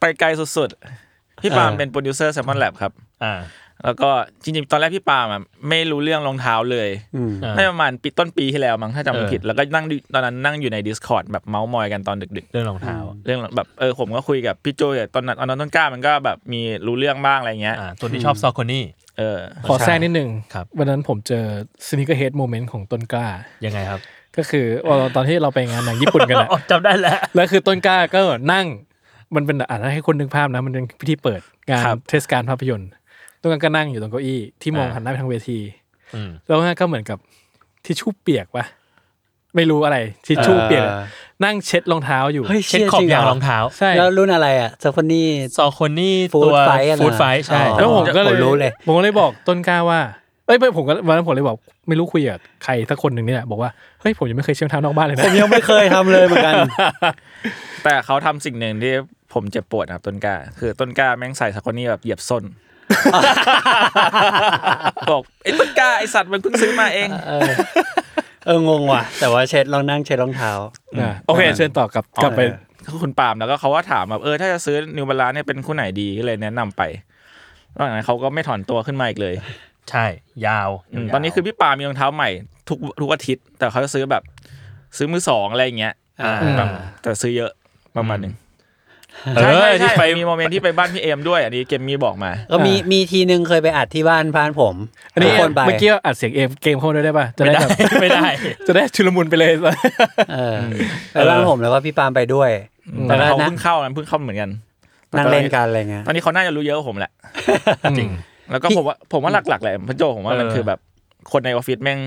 [SPEAKER 5] ไปไกลสุดๆ พี่ปาล์มเป็นโปรดิวเซอร์แซมมอนแลบครับ
[SPEAKER 4] อ่า
[SPEAKER 5] แล้วก็จริงๆ ตอนแรกพี่ปาล์มอ่ะไม่รู้เรื่องรองเท้าเลย
[SPEAKER 2] อืม
[SPEAKER 4] อ่า
[SPEAKER 5] น่าจะประมาณปีต้นปีที่แล้วมั้งถ้าจำไม่
[SPEAKER 4] เออ
[SPEAKER 5] ผิด แล้วก็นั่งดูตอนนั้นนั่งอยู่ใน Discord แบบเมาส์มอยกันตอนดึก
[SPEAKER 4] เรื่องรองเท้า
[SPEAKER 5] ๆ เรื่องแบบเออผมก็คุยกับพี่โจแต่ตอนนั้นตอนนั้นต้นกล้ามันก็แบบมีรู้เรื่องบ้างอะไรเงี้ย
[SPEAKER 4] อ่าตัวที่ชอบซอคนี่
[SPEAKER 5] เออ
[SPEAKER 3] ขอแทรกนิดนึง
[SPEAKER 4] ครับ
[SPEAKER 3] วันนั้นผมเจอสนิเกอร์เฮดโมเมนต์ของต้นกล้า
[SPEAKER 4] ยังไงครับ
[SPEAKER 3] ก็คือว่าตอนที่เราไปงานหนังญี่ปุ่นกันอะ
[SPEAKER 4] อ๋อจำได้แล้ว
[SPEAKER 3] แล้วคือต้นกล้าก็นั่ง มันเป็นอ่านให้คนนึกภาพนะ มันเป็นพิธีเปิดงาน
[SPEAKER 4] ครับ
[SPEAKER 3] เทศกาลภาพยนตร์ต้นกล้าก็นั่งอยู่ตรงเก้าอี้ที่มอง
[SPEAKER 4] อ่า
[SPEAKER 3] หันหน้าไปทางเวที
[SPEAKER 4] อืม
[SPEAKER 3] แล้วก็เหมือนกับทิชชู่เปียกวะไม่รู้อะไรทิชชู่เปียก
[SPEAKER 2] เออ
[SPEAKER 3] นั่งเช็ดรองเท้าอยู่
[SPEAKER 2] เฮ้ย
[SPEAKER 4] เช็ด
[SPEAKER 2] ชี่
[SPEAKER 4] ขอบ
[SPEAKER 2] จริห
[SPEAKER 4] ยางรองเท้า
[SPEAKER 3] ใช่
[SPEAKER 2] แล้วรุ่นอะไรอะซาฟอนี่
[SPEAKER 4] ซอคนี่
[SPEAKER 2] Food
[SPEAKER 4] ตัว
[SPEAKER 2] Fight อะนะ
[SPEAKER 4] ฟูดไฟใช่
[SPEAKER 2] อ๋อ
[SPEAKER 3] แล้วผมก็เลย
[SPEAKER 2] ผมรู้เลย
[SPEAKER 3] ผมก็เลยบอกต้นกล้าว่าเอ้ยไม่ผมก็วันนั้นผมเลยบอกไม่รู้คุยกับใครสักคนหนึ่งนี่แหละบอกว่าเฮ้ยผมยังไม่เคยเช็ดรองเท้านอกบ้านเลยนะ
[SPEAKER 2] ผมยังไม่เคยทำเลยเหมือนกัน
[SPEAKER 5] แต่เขาทำสิ่งหนึ่งที่ผมเจ็บปวดนะครับต้นกล้า คือต้นกล้าแม่งใส่สกคนนี่แบบเหยียบส้น บอกไอ้ต้นกล้าไอสัตว์มันเพิ่งซื้อมาเอง
[SPEAKER 2] เออเอองงว่ะ แต่ว่าเช็ดลองนั่งเช็ดรองเท้า
[SPEAKER 3] อ่ะโอเคเชิญต่อกลับกลับไป
[SPEAKER 5] คุณปาล์มแล้วก็เขาก็ถามแบบเออถ้าจะซื้อนิวบาลานเนี่ยเป็นคู่ไหนดีก็เลยแนะนำไปหลังจากนั้นเขาก็ไม่ถอนตัวขึ้นมาอีกเลย
[SPEAKER 4] ใช่ ยาว
[SPEAKER 5] อืม
[SPEAKER 4] ยาว
[SPEAKER 5] ตอนนี้คือพี่ปาล์มมีรองเท้าใหม่ทุกทุกอาทิตย์ แต่เขาจะซื้อแบบซื้อมือสองอะไรอย่างเงี้ย
[SPEAKER 2] อ่า
[SPEAKER 5] แบบแต่ซื้อเยอะประมาณหนึ่ง
[SPEAKER 4] เอ
[SPEAKER 5] ใช่ใช่
[SPEAKER 4] อ
[SPEAKER 5] ใช่
[SPEAKER 4] ที่ไป
[SPEAKER 5] มีโมเมนต์ที่ไปบ้านพี่เอมด้วยอันนี้เกมมี่บอกมา
[SPEAKER 2] ก็มีมีทีนึงเคยไปอัดที่บ้านพานผม
[SPEAKER 3] อันนี้
[SPEAKER 2] ทุกคนไป
[SPEAKER 3] เมื่อกี้อัดเสียงเอมเกมเข้ามาด้วยได้ป่ะจะ
[SPEAKER 4] ไม่
[SPEAKER 3] ได้
[SPEAKER 4] ได้
[SPEAKER 3] แบบ
[SPEAKER 4] ไม่ได้
[SPEAKER 3] จะได้ชุลมุนไปเลย
[SPEAKER 2] เออไปบ้านผมแล้วก็พี่ปาล์มไปด้วย
[SPEAKER 5] ตอ
[SPEAKER 2] แล้
[SPEAKER 5] น
[SPEAKER 2] ว
[SPEAKER 5] นั้
[SPEAKER 2] ก็
[SPEAKER 5] นเขา
[SPEAKER 2] นั่ง
[SPEAKER 5] เพิ่งเข้านะเพิ่งเข้าเหมือนกัน
[SPEAKER 2] นั่งเล่นกันอะไรเงี้ย
[SPEAKER 5] ตอนนี้เขาน่าจะรู้เยอะกว่าผมแหละ
[SPEAKER 4] จริง
[SPEAKER 5] แล้วก็ผมว่าผมว่าหลักๆแหละพี่โจผมว่ามัน
[SPEAKER 4] เออ
[SPEAKER 5] คือแบบคนในออฟฟิศแม่ง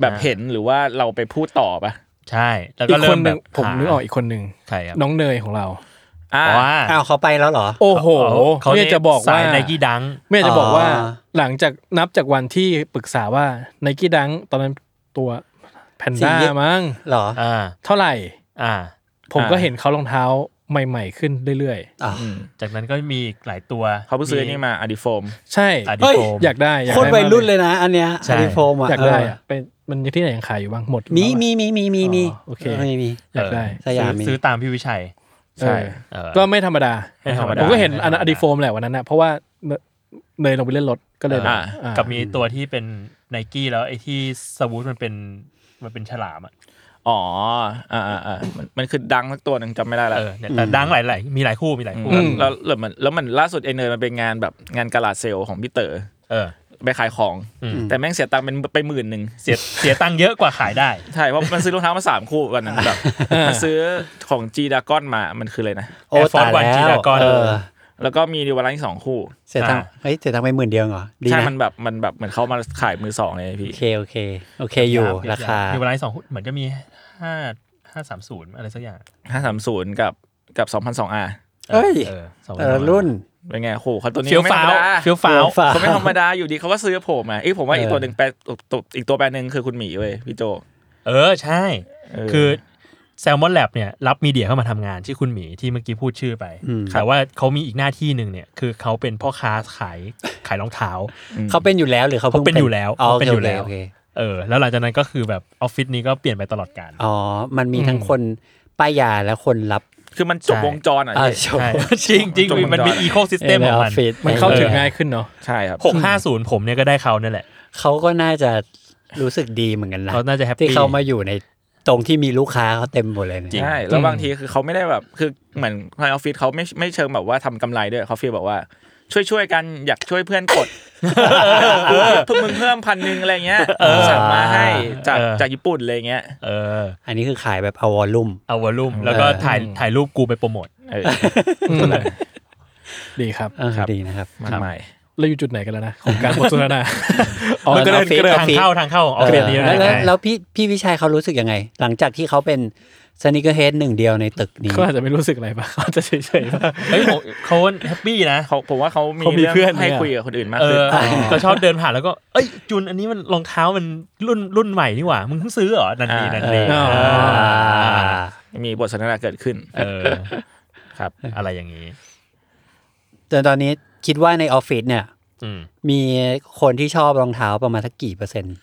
[SPEAKER 5] แบบ
[SPEAKER 4] นะ
[SPEAKER 5] เห็นหรือว่าเราไปพูดต่อปะ
[SPEAKER 4] ใช่ แล้ว
[SPEAKER 3] อี
[SPEAKER 4] ก็
[SPEAKER 3] ก
[SPEAKER 4] เริ่
[SPEAKER 3] คน
[SPEAKER 4] ม
[SPEAKER 3] ห
[SPEAKER 4] แบ
[SPEAKER 3] นึ่ง
[SPEAKER 4] บ
[SPEAKER 3] ผม
[SPEAKER 4] หา
[SPEAKER 3] นึกออกอีกคนหนึ่ง
[SPEAKER 4] ใครครับ
[SPEAKER 3] น้องเนยของเรา
[SPEAKER 5] อ่า
[SPEAKER 4] อ๋ออ่ะ
[SPEAKER 2] อ้าวเขาไปแล้วเหรอ
[SPEAKER 3] โอ้โหไม่อยากจะบอกว่า
[SPEAKER 4] ไนกี้ดัง
[SPEAKER 3] ไม่อยากจะบอกว่า
[SPEAKER 2] อ๋อ
[SPEAKER 3] หลังจากนับจากวันที่ปรึกษาว่าไนกี้ดังตอนนั้นตัวแพนด้ามั้ง
[SPEAKER 2] เหรอ
[SPEAKER 4] อ่า
[SPEAKER 3] เท่าไหร่
[SPEAKER 4] อ่า
[SPEAKER 3] ผม
[SPEAKER 5] อ่า
[SPEAKER 3] ก็เห็นเขารองเท้าใหม่ ๆ ขึ้นเรื่อย
[SPEAKER 2] อ่ะ
[SPEAKER 4] จากนั้นก็มีอีกหลายตัว
[SPEAKER 5] เขาเพิ่งซื้ออันนี่มาอดิโฟม
[SPEAKER 3] ๆ ใช่
[SPEAKER 4] อดี
[SPEAKER 2] เฮ้ย
[SPEAKER 4] โฟม
[SPEAKER 3] อยากได้อยาก
[SPEAKER 2] โคตร
[SPEAKER 3] ได้
[SPEAKER 2] วัย
[SPEAKER 3] มาก
[SPEAKER 2] รุ่นเลยนะ อันเนี้ย
[SPEAKER 4] ใช่
[SPEAKER 2] อันนี้โฟมอ่ะ
[SPEAKER 3] อยากได้
[SPEAKER 2] เอ
[SPEAKER 3] อะเป็นมันที่ไหนยังขายอยู่บ้างหมด
[SPEAKER 2] อมี
[SPEAKER 3] แล้วอะ
[SPEAKER 2] มีมีมีมีมี
[SPEAKER 3] อ๋อโอเค
[SPEAKER 2] มีมี
[SPEAKER 3] อยากได้
[SPEAKER 2] สยามมี
[SPEAKER 4] ซื้อซื้อตามพี่วิชัย
[SPEAKER 5] ใช่
[SPEAKER 3] เออ
[SPEAKER 4] เออ
[SPEAKER 3] ก็ไม่ธรรมดา
[SPEAKER 4] ไม่ธรรมดา
[SPEAKER 3] ผมก็เห็นอัน
[SPEAKER 4] ไธรรมดา
[SPEAKER 3] อดีโฟมแหละวันนั้นนะเพราะว่าเนยเนยลงไปเล่นรถก็เลยแบบ
[SPEAKER 4] อ่า
[SPEAKER 3] อ่า
[SPEAKER 4] กับมีตัวที่เป็นไนกี้แล้วไอ้ที่สวูทมันเป็นมันเป็นฉลามอ่ะ
[SPEAKER 5] อ๋ออ่าอ่าอ่ามันมันคือดังสักตัวหนึ่งจำไม่ได้ละ
[SPEAKER 4] เออเนี่ยแต่ดังหลายหลายๆมีหลายคู่มีหลายคู่
[SPEAKER 5] แล้วแล้วมันแล้วมันล่าสุดเอเนยมันเป็นงานแบบงานกาลาดเซลของพี่เต๋อ
[SPEAKER 4] เออ
[SPEAKER 5] ไปขายของ แต่แม่งเสียตังค์เป็นไปหมื่นหนึ่ง
[SPEAKER 4] เสียเสียตังค์เยอะกว่าขายได้
[SPEAKER 5] ใช่เพราะมันซื้อรองเท้ามาสามคู่วันนั้นแบบมันซื้อของจีดากอนมามันคือเลยนะ
[SPEAKER 2] โอ้
[SPEAKER 4] Air
[SPEAKER 2] ตาย
[SPEAKER 4] Force One
[SPEAKER 2] แล้
[SPEAKER 4] G
[SPEAKER 2] ว
[SPEAKER 4] Dragon
[SPEAKER 2] เออ
[SPEAKER 5] แล้วก็มีดิวาลันอีกสองคู่
[SPEAKER 2] เสียตังค์เฮ้ยเสียตังค์ไปหมื่นเดียวเหรอดี
[SPEAKER 5] ใช่
[SPEAKER 2] นะ
[SPEAKER 5] มันแบบมันแบบเหมือนเขามาขายมือสองเลยพี่
[SPEAKER 2] โอเคโอเค โอเคอยู่ราคา
[SPEAKER 4] อยู่เวลาสองเหมือนจะมีห้าห้าสามศูนย์อะไรสักอย่าง
[SPEAKER 5] ห้าสามศูนย์กับกับสองพันสองอา
[SPEAKER 2] เอ้ย
[SPEAKER 4] สองพัน
[SPEAKER 2] แต่ละรุ่น
[SPEAKER 5] เป็นไงโหเขาตัวนี้
[SPEAKER 4] เฟี้ยว
[SPEAKER 5] ไม่ธร
[SPEAKER 4] ฟ้าร ว
[SPEAKER 5] มดา
[SPEAKER 4] เฟี้ยวฟ้าว
[SPEAKER 2] เฟี้ยวฟ้าว
[SPEAKER 5] เขาไม่ธรรมดาอยู่ดีเขาก็ซื้อโผล่มาอีกผมว่า
[SPEAKER 2] เอออี
[SPEAKER 5] อีกตัวหนึ่งแปลตัวตัวอีกตัวแปลหนึ่งคือคุณหมีเว้ยพี่โจ
[SPEAKER 4] เออใช่
[SPEAKER 5] เออ
[SPEAKER 4] คือแซลมอนแลบเนี่ยรับมีเดียเข้ามาทำงานชื่อคุณหมีที่เมื่อกี้พูดชื่อไป แต่ว่าเขามีอีกหน้าที่หนึ่งเนี่ย คือเขาเป็นพ่อค้าขายขายรองเท้า
[SPEAKER 2] เขาเป็นอยู่แล้วหรือเขาเพิ่ง
[SPEAKER 4] เขาเป็นอยู่แล้ว
[SPEAKER 2] อ๋อ
[SPEAKER 4] เขา
[SPEAKER 2] โอ
[SPEAKER 4] เป็น
[SPEAKER 2] เค
[SPEAKER 4] อยู่
[SPEAKER 2] โอเค
[SPEAKER 4] แล้ว
[SPEAKER 2] โอเค
[SPEAKER 4] เออ แล้วหลังจากนั้นก็คือแบบออฟฟิศนี้ก็เปลี่ยนไปตลอดกาล
[SPEAKER 2] อ๋อ มันมีทั้งคนป้ายยาและคนรับ
[SPEAKER 5] คือมันจบ
[SPEAKER 4] ใช่
[SPEAKER 5] วงจรอ่ะ
[SPEAKER 2] อ่า
[SPEAKER 5] พี่
[SPEAKER 2] โช
[SPEAKER 4] ใช่
[SPEAKER 2] ว์
[SPEAKER 4] จริงจริงๆมีมันมีอีโคซิสเต็ม
[SPEAKER 2] ใน
[SPEAKER 4] ข
[SPEAKER 2] อ
[SPEAKER 4] อง
[SPEAKER 2] อ
[SPEAKER 4] มั
[SPEAKER 2] ฟ
[SPEAKER 4] น
[SPEAKER 2] ฟิศ
[SPEAKER 3] มันเข้าถึง
[SPEAKER 2] ออ
[SPEAKER 3] ง่ายขึ้นเนาะ
[SPEAKER 5] ใช่ครับ
[SPEAKER 4] หกห้าศูนย์ผมเนี่ยก็ได้เขานั่นแหละ
[SPEAKER 2] เขาก็น่าจะรู้สึกดีเหมือนกันนะ
[SPEAKER 4] เขาน่าจะแฮปปี้
[SPEAKER 2] ที่เขามาอยู่ในตรงที่มีลูกค้าเขาเต็มหมดเลยเนี่ย
[SPEAKER 5] ใช่แล้วบางทีคือเขาไม่ได้แบบคือเหมือนในออฟฟิศเขาไม่ไม่เชิงแบบว่าทำกำไรด้วยเขาฟีลแบบว่า ช่วยช่วยๆกันอยากช่วยเพื่อนกดเพิ่มมึงเพิ่มพันหนึ่งอะไรเงี้ยสั่งมาให้จาก
[SPEAKER 4] เออ
[SPEAKER 5] จากญี่ปุ่นอะไรเงี้ย
[SPEAKER 4] เออ
[SPEAKER 2] อันนี้คือขายแบบเอาวอลลุ่ม
[SPEAKER 4] เอาวอลลุ่มแล้วก็ถ่ายถ่ายรูปกูไปโปรโมท
[SPEAKER 5] เออ
[SPEAKER 3] อืมดีครับ
[SPEAKER 2] เออดีนะครับ
[SPEAKER 5] มากมาย
[SPEAKER 3] เราอยู่จุดไหนกันแล้วนะของการบทสนท นา อ๋อ
[SPEAKER 2] มันก็
[SPEAKER 3] เดิน
[SPEAKER 2] เดิน
[SPEAKER 3] เกระ
[SPEAKER 4] ทาง
[SPEAKER 3] ฟิ
[SPEAKER 4] เข้าทางเข้าของออฟฟิศนี้
[SPEAKER 2] เออ
[SPEAKER 4] นะ
[SPEAKER 2] แล้ว
[SPEAKER 4] ฮะ
[SPEAKER 2] แล้วพี่พี่วิชัยเขารู้สึกยังไง หลังจากที่เขาเป็นสนิเกอร์เฮดหนึ่งเดียวในตึกนี้
[SPEAKER 3] เขาอาจจะไม่รู้สึกอะไรปะเขาจะเฉยๆปะ
[SPEAKER 4] เฮ้ยผมเขาแฮปปี้นะ
[SPEAKER 5] เขาผมว่าเขามี
[SPEAKER 3] เขามี
[SPEAKER 5] เรื่อง
[SPEAKER 3] เพื่อน
[SPEAKER 5] ให้
[SPEAKER 3] เนี่ย
[SPEAKER 5] คุยกับคนอื่นมาก
[SPEAKER 4] เอ
[SPEAKER 5] ขึ้น
[SPEAKER 4] อก็ชอบเดินผ่านแล้วก็ เอ้ยจุนอันนี้มันรองเท้ามันรุ่นรุ่นใหม่นี่หว่า มึงเพิ่งซื้อเหรอ นันนี่นันนี่
[SPEAKER 3] อ่า
[SPEAKER 4] เออ
[SPEAKER 5] มีบทสนทนาเกิดขึ้น
[SPEAKER 4] เออครับ อะไรอย่างนี้
[SPEAKER 2] จนตอนนี้คิดว่าในออฟฟิศเนี่ย
[SPEAKER 4] อืม
[SPEAKER 2] มีคนที่ชอบรองเท้าประมาณสักกี่เปอร์เซ็นต์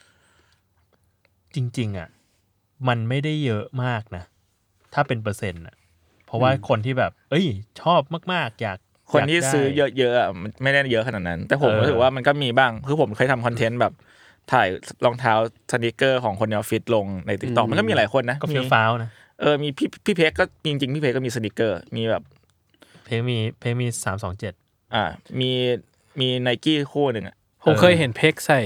[SPEAKER 4] จริง ๆ อ่ะ มันไม่ได้เยอะมากนะ ถ้าเป็นเปอร์เซ็นต์อ่ะ เพราะว่าคนที่แบบ เอ้ย ชอบมากๆ อยาก
[SPEAKER 5] คนที่
[SPEAKER 4] ยากได้
[SPEAKER 5] ซื้อเยอะๆอะมันไม่ได้เยอะขนาดนั้น แต่ผม
[SPEAKER 4] เออ
[SPEAKER 5] รู้สึกว่ามันก็มีบ้าง คือผมเคยทำคอนเทนต์แบบ ถ่ายรองเท้าสนิเกอร์ของคนในออฟฟิศลงในติ๊กต็อกมันก็มีหลายคนนะ
[SPEAKER 4] ก็
[SPEAKER 5] มี
[SPEAKER 4] เฟี้ยวฟ้าวนะ
[SPEAKER 5] เออมีพี่พี่เพกก็จริงๆพี่เพกก็มีสนิเกอร์ มีแบบ
[SPEAKER 4] เพลงมีเพลงมีสามสองเจ็ด
[SPEAKER 5] อ่า มีมีไนกี้คู่หนึ่งอะ
[SPEAKER 3] ผมเคยเห็นเพกใส่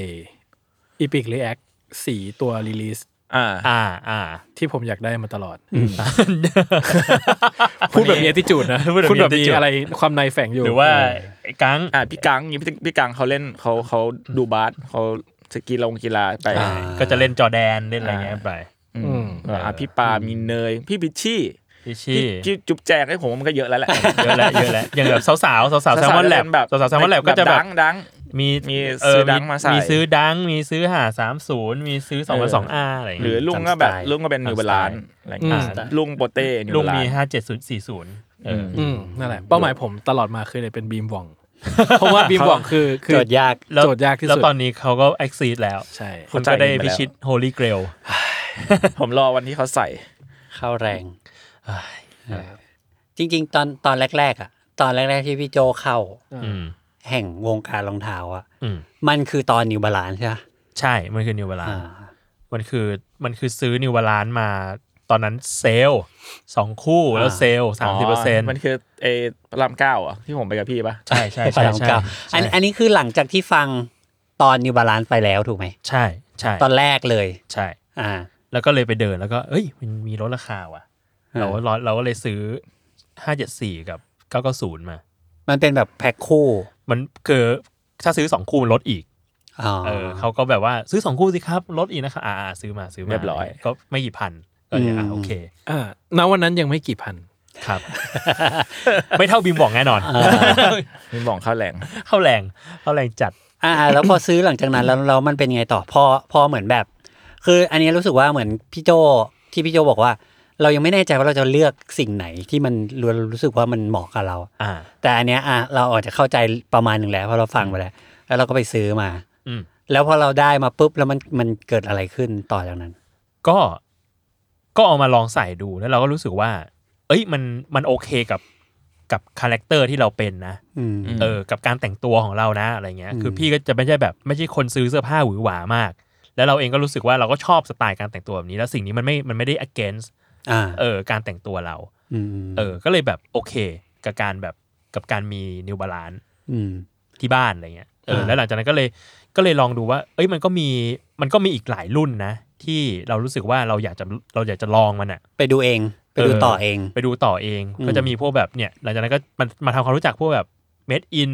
[SPEAKER 3] อีพิกรีแอคสีตัวรีลีส
[SPEAKER 5] อ่า
[SPEAKER 4] อ่าอ่า
[SPEAKER 3] ที่ผมอยากได้มาตลอด พูดแบบมี attitude นะ
[SPEAKER 4] พู
[SPEAKER 3] พู
[SPEAKER 4] ด
[SPEAKER 3] ด
[SPEAKER 4] แบ
[SPEAKER 3] แบบ บ
[SPEAKER 4] มี
[SPEAKER 3] มีอะไรความในแฝงอยู่
[SPEAKER 4] หรือว่าไอ้กัง
[SPEAKER 5] อ่าพี่กังมีพี่พี่กังเขาเล่นเขาเขาดูบาสเขาสกีลงกีฬาไป
[SPEAKER 2] อ่า
[SPEAKER 4] ก็จะเล่นจอแดนเล่นอะไรเงี้ยไป
[SPEAKER 5] อืมอ่าพี่ปามีเนย พี่พิชชี่
[SPEAKER 4] พี่ชี่
[SPEAKER 5] ที่จุ๊บแจงให้ผมว่ามันก็เยอะแล้วแหละ
[SPEAKER 4] เยอะแล้วเยอะแล้วอย่างแบบสาวๆสาวๆสาวๆแซ
[SPEAKER 5] สาว
[SPEAKER 4] ล
[SPEAKER 5] ๆ
[SPEAKER 4] มอนแล
[SPEAKER 5] จะ
[SPEAKER 4] บ
[SPEAKER 5] เป็นแบบ
[SPEAKER 4] สาวๆแซลมอนแลบก็จะแบบ
[SPEAKER 5] ดังดัง
[SPEAKER 4] มี
[SPEAKER 5] มี
[SPEAKER 4] เ
[SPEAKER 5] ซื้อดังมาใส่
[SPEAKER 4] มีซื้อดังมีซื้อหาสามศูนย์มีซื้อสองพันสองอาอะไร
[SPEAKER 5] หรือ
[SPEAKER 4] เงี้ย
[SPEAKER 5] ลุงก็แบบ
[SPEAKER 2] จำสไตล์
[SPEAKER 5] ลุงก็เป็นนิวบาลานซ์อะไรอย่างเงี้ย
[SPEAKER 4] อืม
[SPEAKER 5] ลุงโปเต้นิว
[SPEAKER 4] ลุง
[SPEAKER 5] บาลา
[SPEAKER 4] มี
[SPEAKER 5] นซ์
[SPEAKER 4] ห้าเจ็ดศูนย์สี่ศูนย์เออ
[SPEAKER 3] อืมนั่นแหละเป้าหมายผมตลอดมาคือเนี่ยเป็นบีมวองเพราะว่าบีมวองคือคื
[SPEAKER 2] โจ
[SPEAKER 3] อ
[SPEAKER 2] ทย์ยาก
[SPEAKER 4] แล้ว
[SPEAKER 3] โจทย์ยากที่สุด
[SPEAKER 4] แล้วตอนนี้เขาก็ e x c e e d แล้ว
[SPEAKER 3] ใช่
[SPEAKER 4] คุณก็ได้พิชิต Holy Grail
[SPEAKER 5] ผมรอวันที่เขาใส่
[SPEAKER 2] เข้าแรง จริง ๆ ตอนตอนแรก ๆ อ่ะ ตอนแรก ๆ ที่พี่โจเข้า
[SPEAKER 4] อืม
[SPEAKER 2] แห่งวงการรองเท้าอ่ะ
[SPEAKER 4] อืม
[SPEAKER 2] มันคือตอนนิวบาลานใช่ไหม
[SPEAKER 4] ใช่ มันคือนิวบาลาน
[SPEAKER 2] อ่า
[SPEAKER 4] มันคือมันคือซื้อนิวบาลานมาตอนนั้นเซลล์สองคู่แล้วเซลล์สามสิบเปอร์เซ็นต์
[SPEAKER 5] มันคือเอพระรามเก้าอ่ะที่ผมไปกับพี่ปะ
[SPEAKER 4] ใช่ใช่
[SPEAKER 2] ไป
[SPEAKER 4] ใช่
[SPEAKER 2] ลอง
[SPEAKER 4] ใช่
[SPEAKER 2] เก่าอันอันนี้คือหลังจากที่ฟังตอนนิวบาลานไปแล้วถูกไหม
[SPEAKER 4] ใช่ใช่
[SPEAKER 2] ตอนแรกเลย
[SPEAKER 4] ใช่
[SPEAKER 2] อ่า
[SPEAKER 4] แล้วก็เลยไปเดินแล้วก็ เอ้ย มันมีลดราคาว่ะ
[SPEAKER 2] อ่า
[SPEAKER 4] เราเราเราก็เลยซื้อห้าเจ็ดสี่กับเก้าเก้าศูนย์มา
[SPEAKER 2] มันเป็นแบบแพ็คคู่
[SPEAKER 4] มันคือถ้าซื้อสองคู่มันลดอีก
[SPEAKER 2] อ๋อ
[SPEAKER 4] เออเขาก็แบบว่าซื้อสองคู่สิครับลดอีกนะคะอ่าอ่าซื้อมาซื้อมา
[SPEAKER 5] เรียบร้อย
[SPEAKER 4] ก็ไม่กี่พันก็เนี่ยอ่าโอเค
[SPEAKER 3] อ่าณวันนั้นยังไม่กี่พัน
[SPEAKER 4] ครับ ไม่เท่าบิมบอกแน่นอน
[SPEAKER 5] มีบอกข้าวแรง
[SPEAKER 4] เข้าแรงเข้าแรงจัด
[SPEAKER 2] อ่าอ่าแล้วพอซื้อหลังจากนั้นแล้วแล้วมันเป็นไงต่อพอพอเหมือนแบบ คืออันนี้รู้สึกว่าเหมือนพี่โจที่พี่โจบอกว่า เรายังไม่แน่ใจว่าเราจะเลือกสิ่งไหนที่มันรู้รู้สึกว่ามันเหมาะกับเรา
[SPEAKER 4] อ่า
[SPEAKER 2] แต่อันเนี้ยอ่ะเราอาจจะเข้าใจประมาณหนึ่งแล้วเพราะเราฟังไปแล้ว แล้วเราก็ไปซื้อมา
[SPEAKER 4] อืม
[SPEAKER 2] แล้วพอเราได้มาปุ๊บแล้วมันมันเกิดอะไรขึ้นต่อจากนั้น
[SPEAKER 4] ก็ก็เอามาลองใส่ดูแล้วเราก็รู้สึกว่า เอ้ยมันมันโอเคกับกับคาแรคเตอร์ที่เราเป็นนะ
[SPEAKER 2] อืม
[SPEAKER 4] เออกับการแต่งตัวของเรานะอะไรเงี้ย
[SPEAKER 2] อืม
[SPEAKER 4] คือพี่ก็จะไม่ใช่แบบไม่ใช่คนซื้อเสื้อผ้าหวือหวามาก แล้วเราเองก็รู้สึกว่าเราก็ชอบสไตล์การแต่งตัวแบบนี้ แล้วสิ่งนี้มันไม่มันไม่ได้ against
[SPEAKER 2] อ่า
[SPEAKER 4] เออการแต่งตัวเรา
[SPEAKER 2] อืม
[SPEAKER 4] เออ ก็เลยแบบโอเค กับการแบบกับการมีนิวบาลาน
[SPEAKER 2] อืม
[SPEAKER 4] ที่บ้านอะไรเงี้ยเออ
[SPEAKER 2] อ่า
[SPEAKER 4] แล้วหลังจากนั้นก็เลยก็เลยลองดูว่า เอ้ยมันก็มีมันก็มีอีกหลายรุ่นนะ ที่เรารู้สึกว่าเราอยากจะเราอยากจะลองมันอะ
[SPEAKER 2] ไปดูเองไปดูต่อเอง
[SPEAKER 4] ไปดูต่อเอง
[SPEAKER 2] อืม
[SPEAKER 4] ก็จะมีพวกแบบเนี่ยหลังจากนั้นก็มันมาทำความรู้จักพวกแบบเมดอิน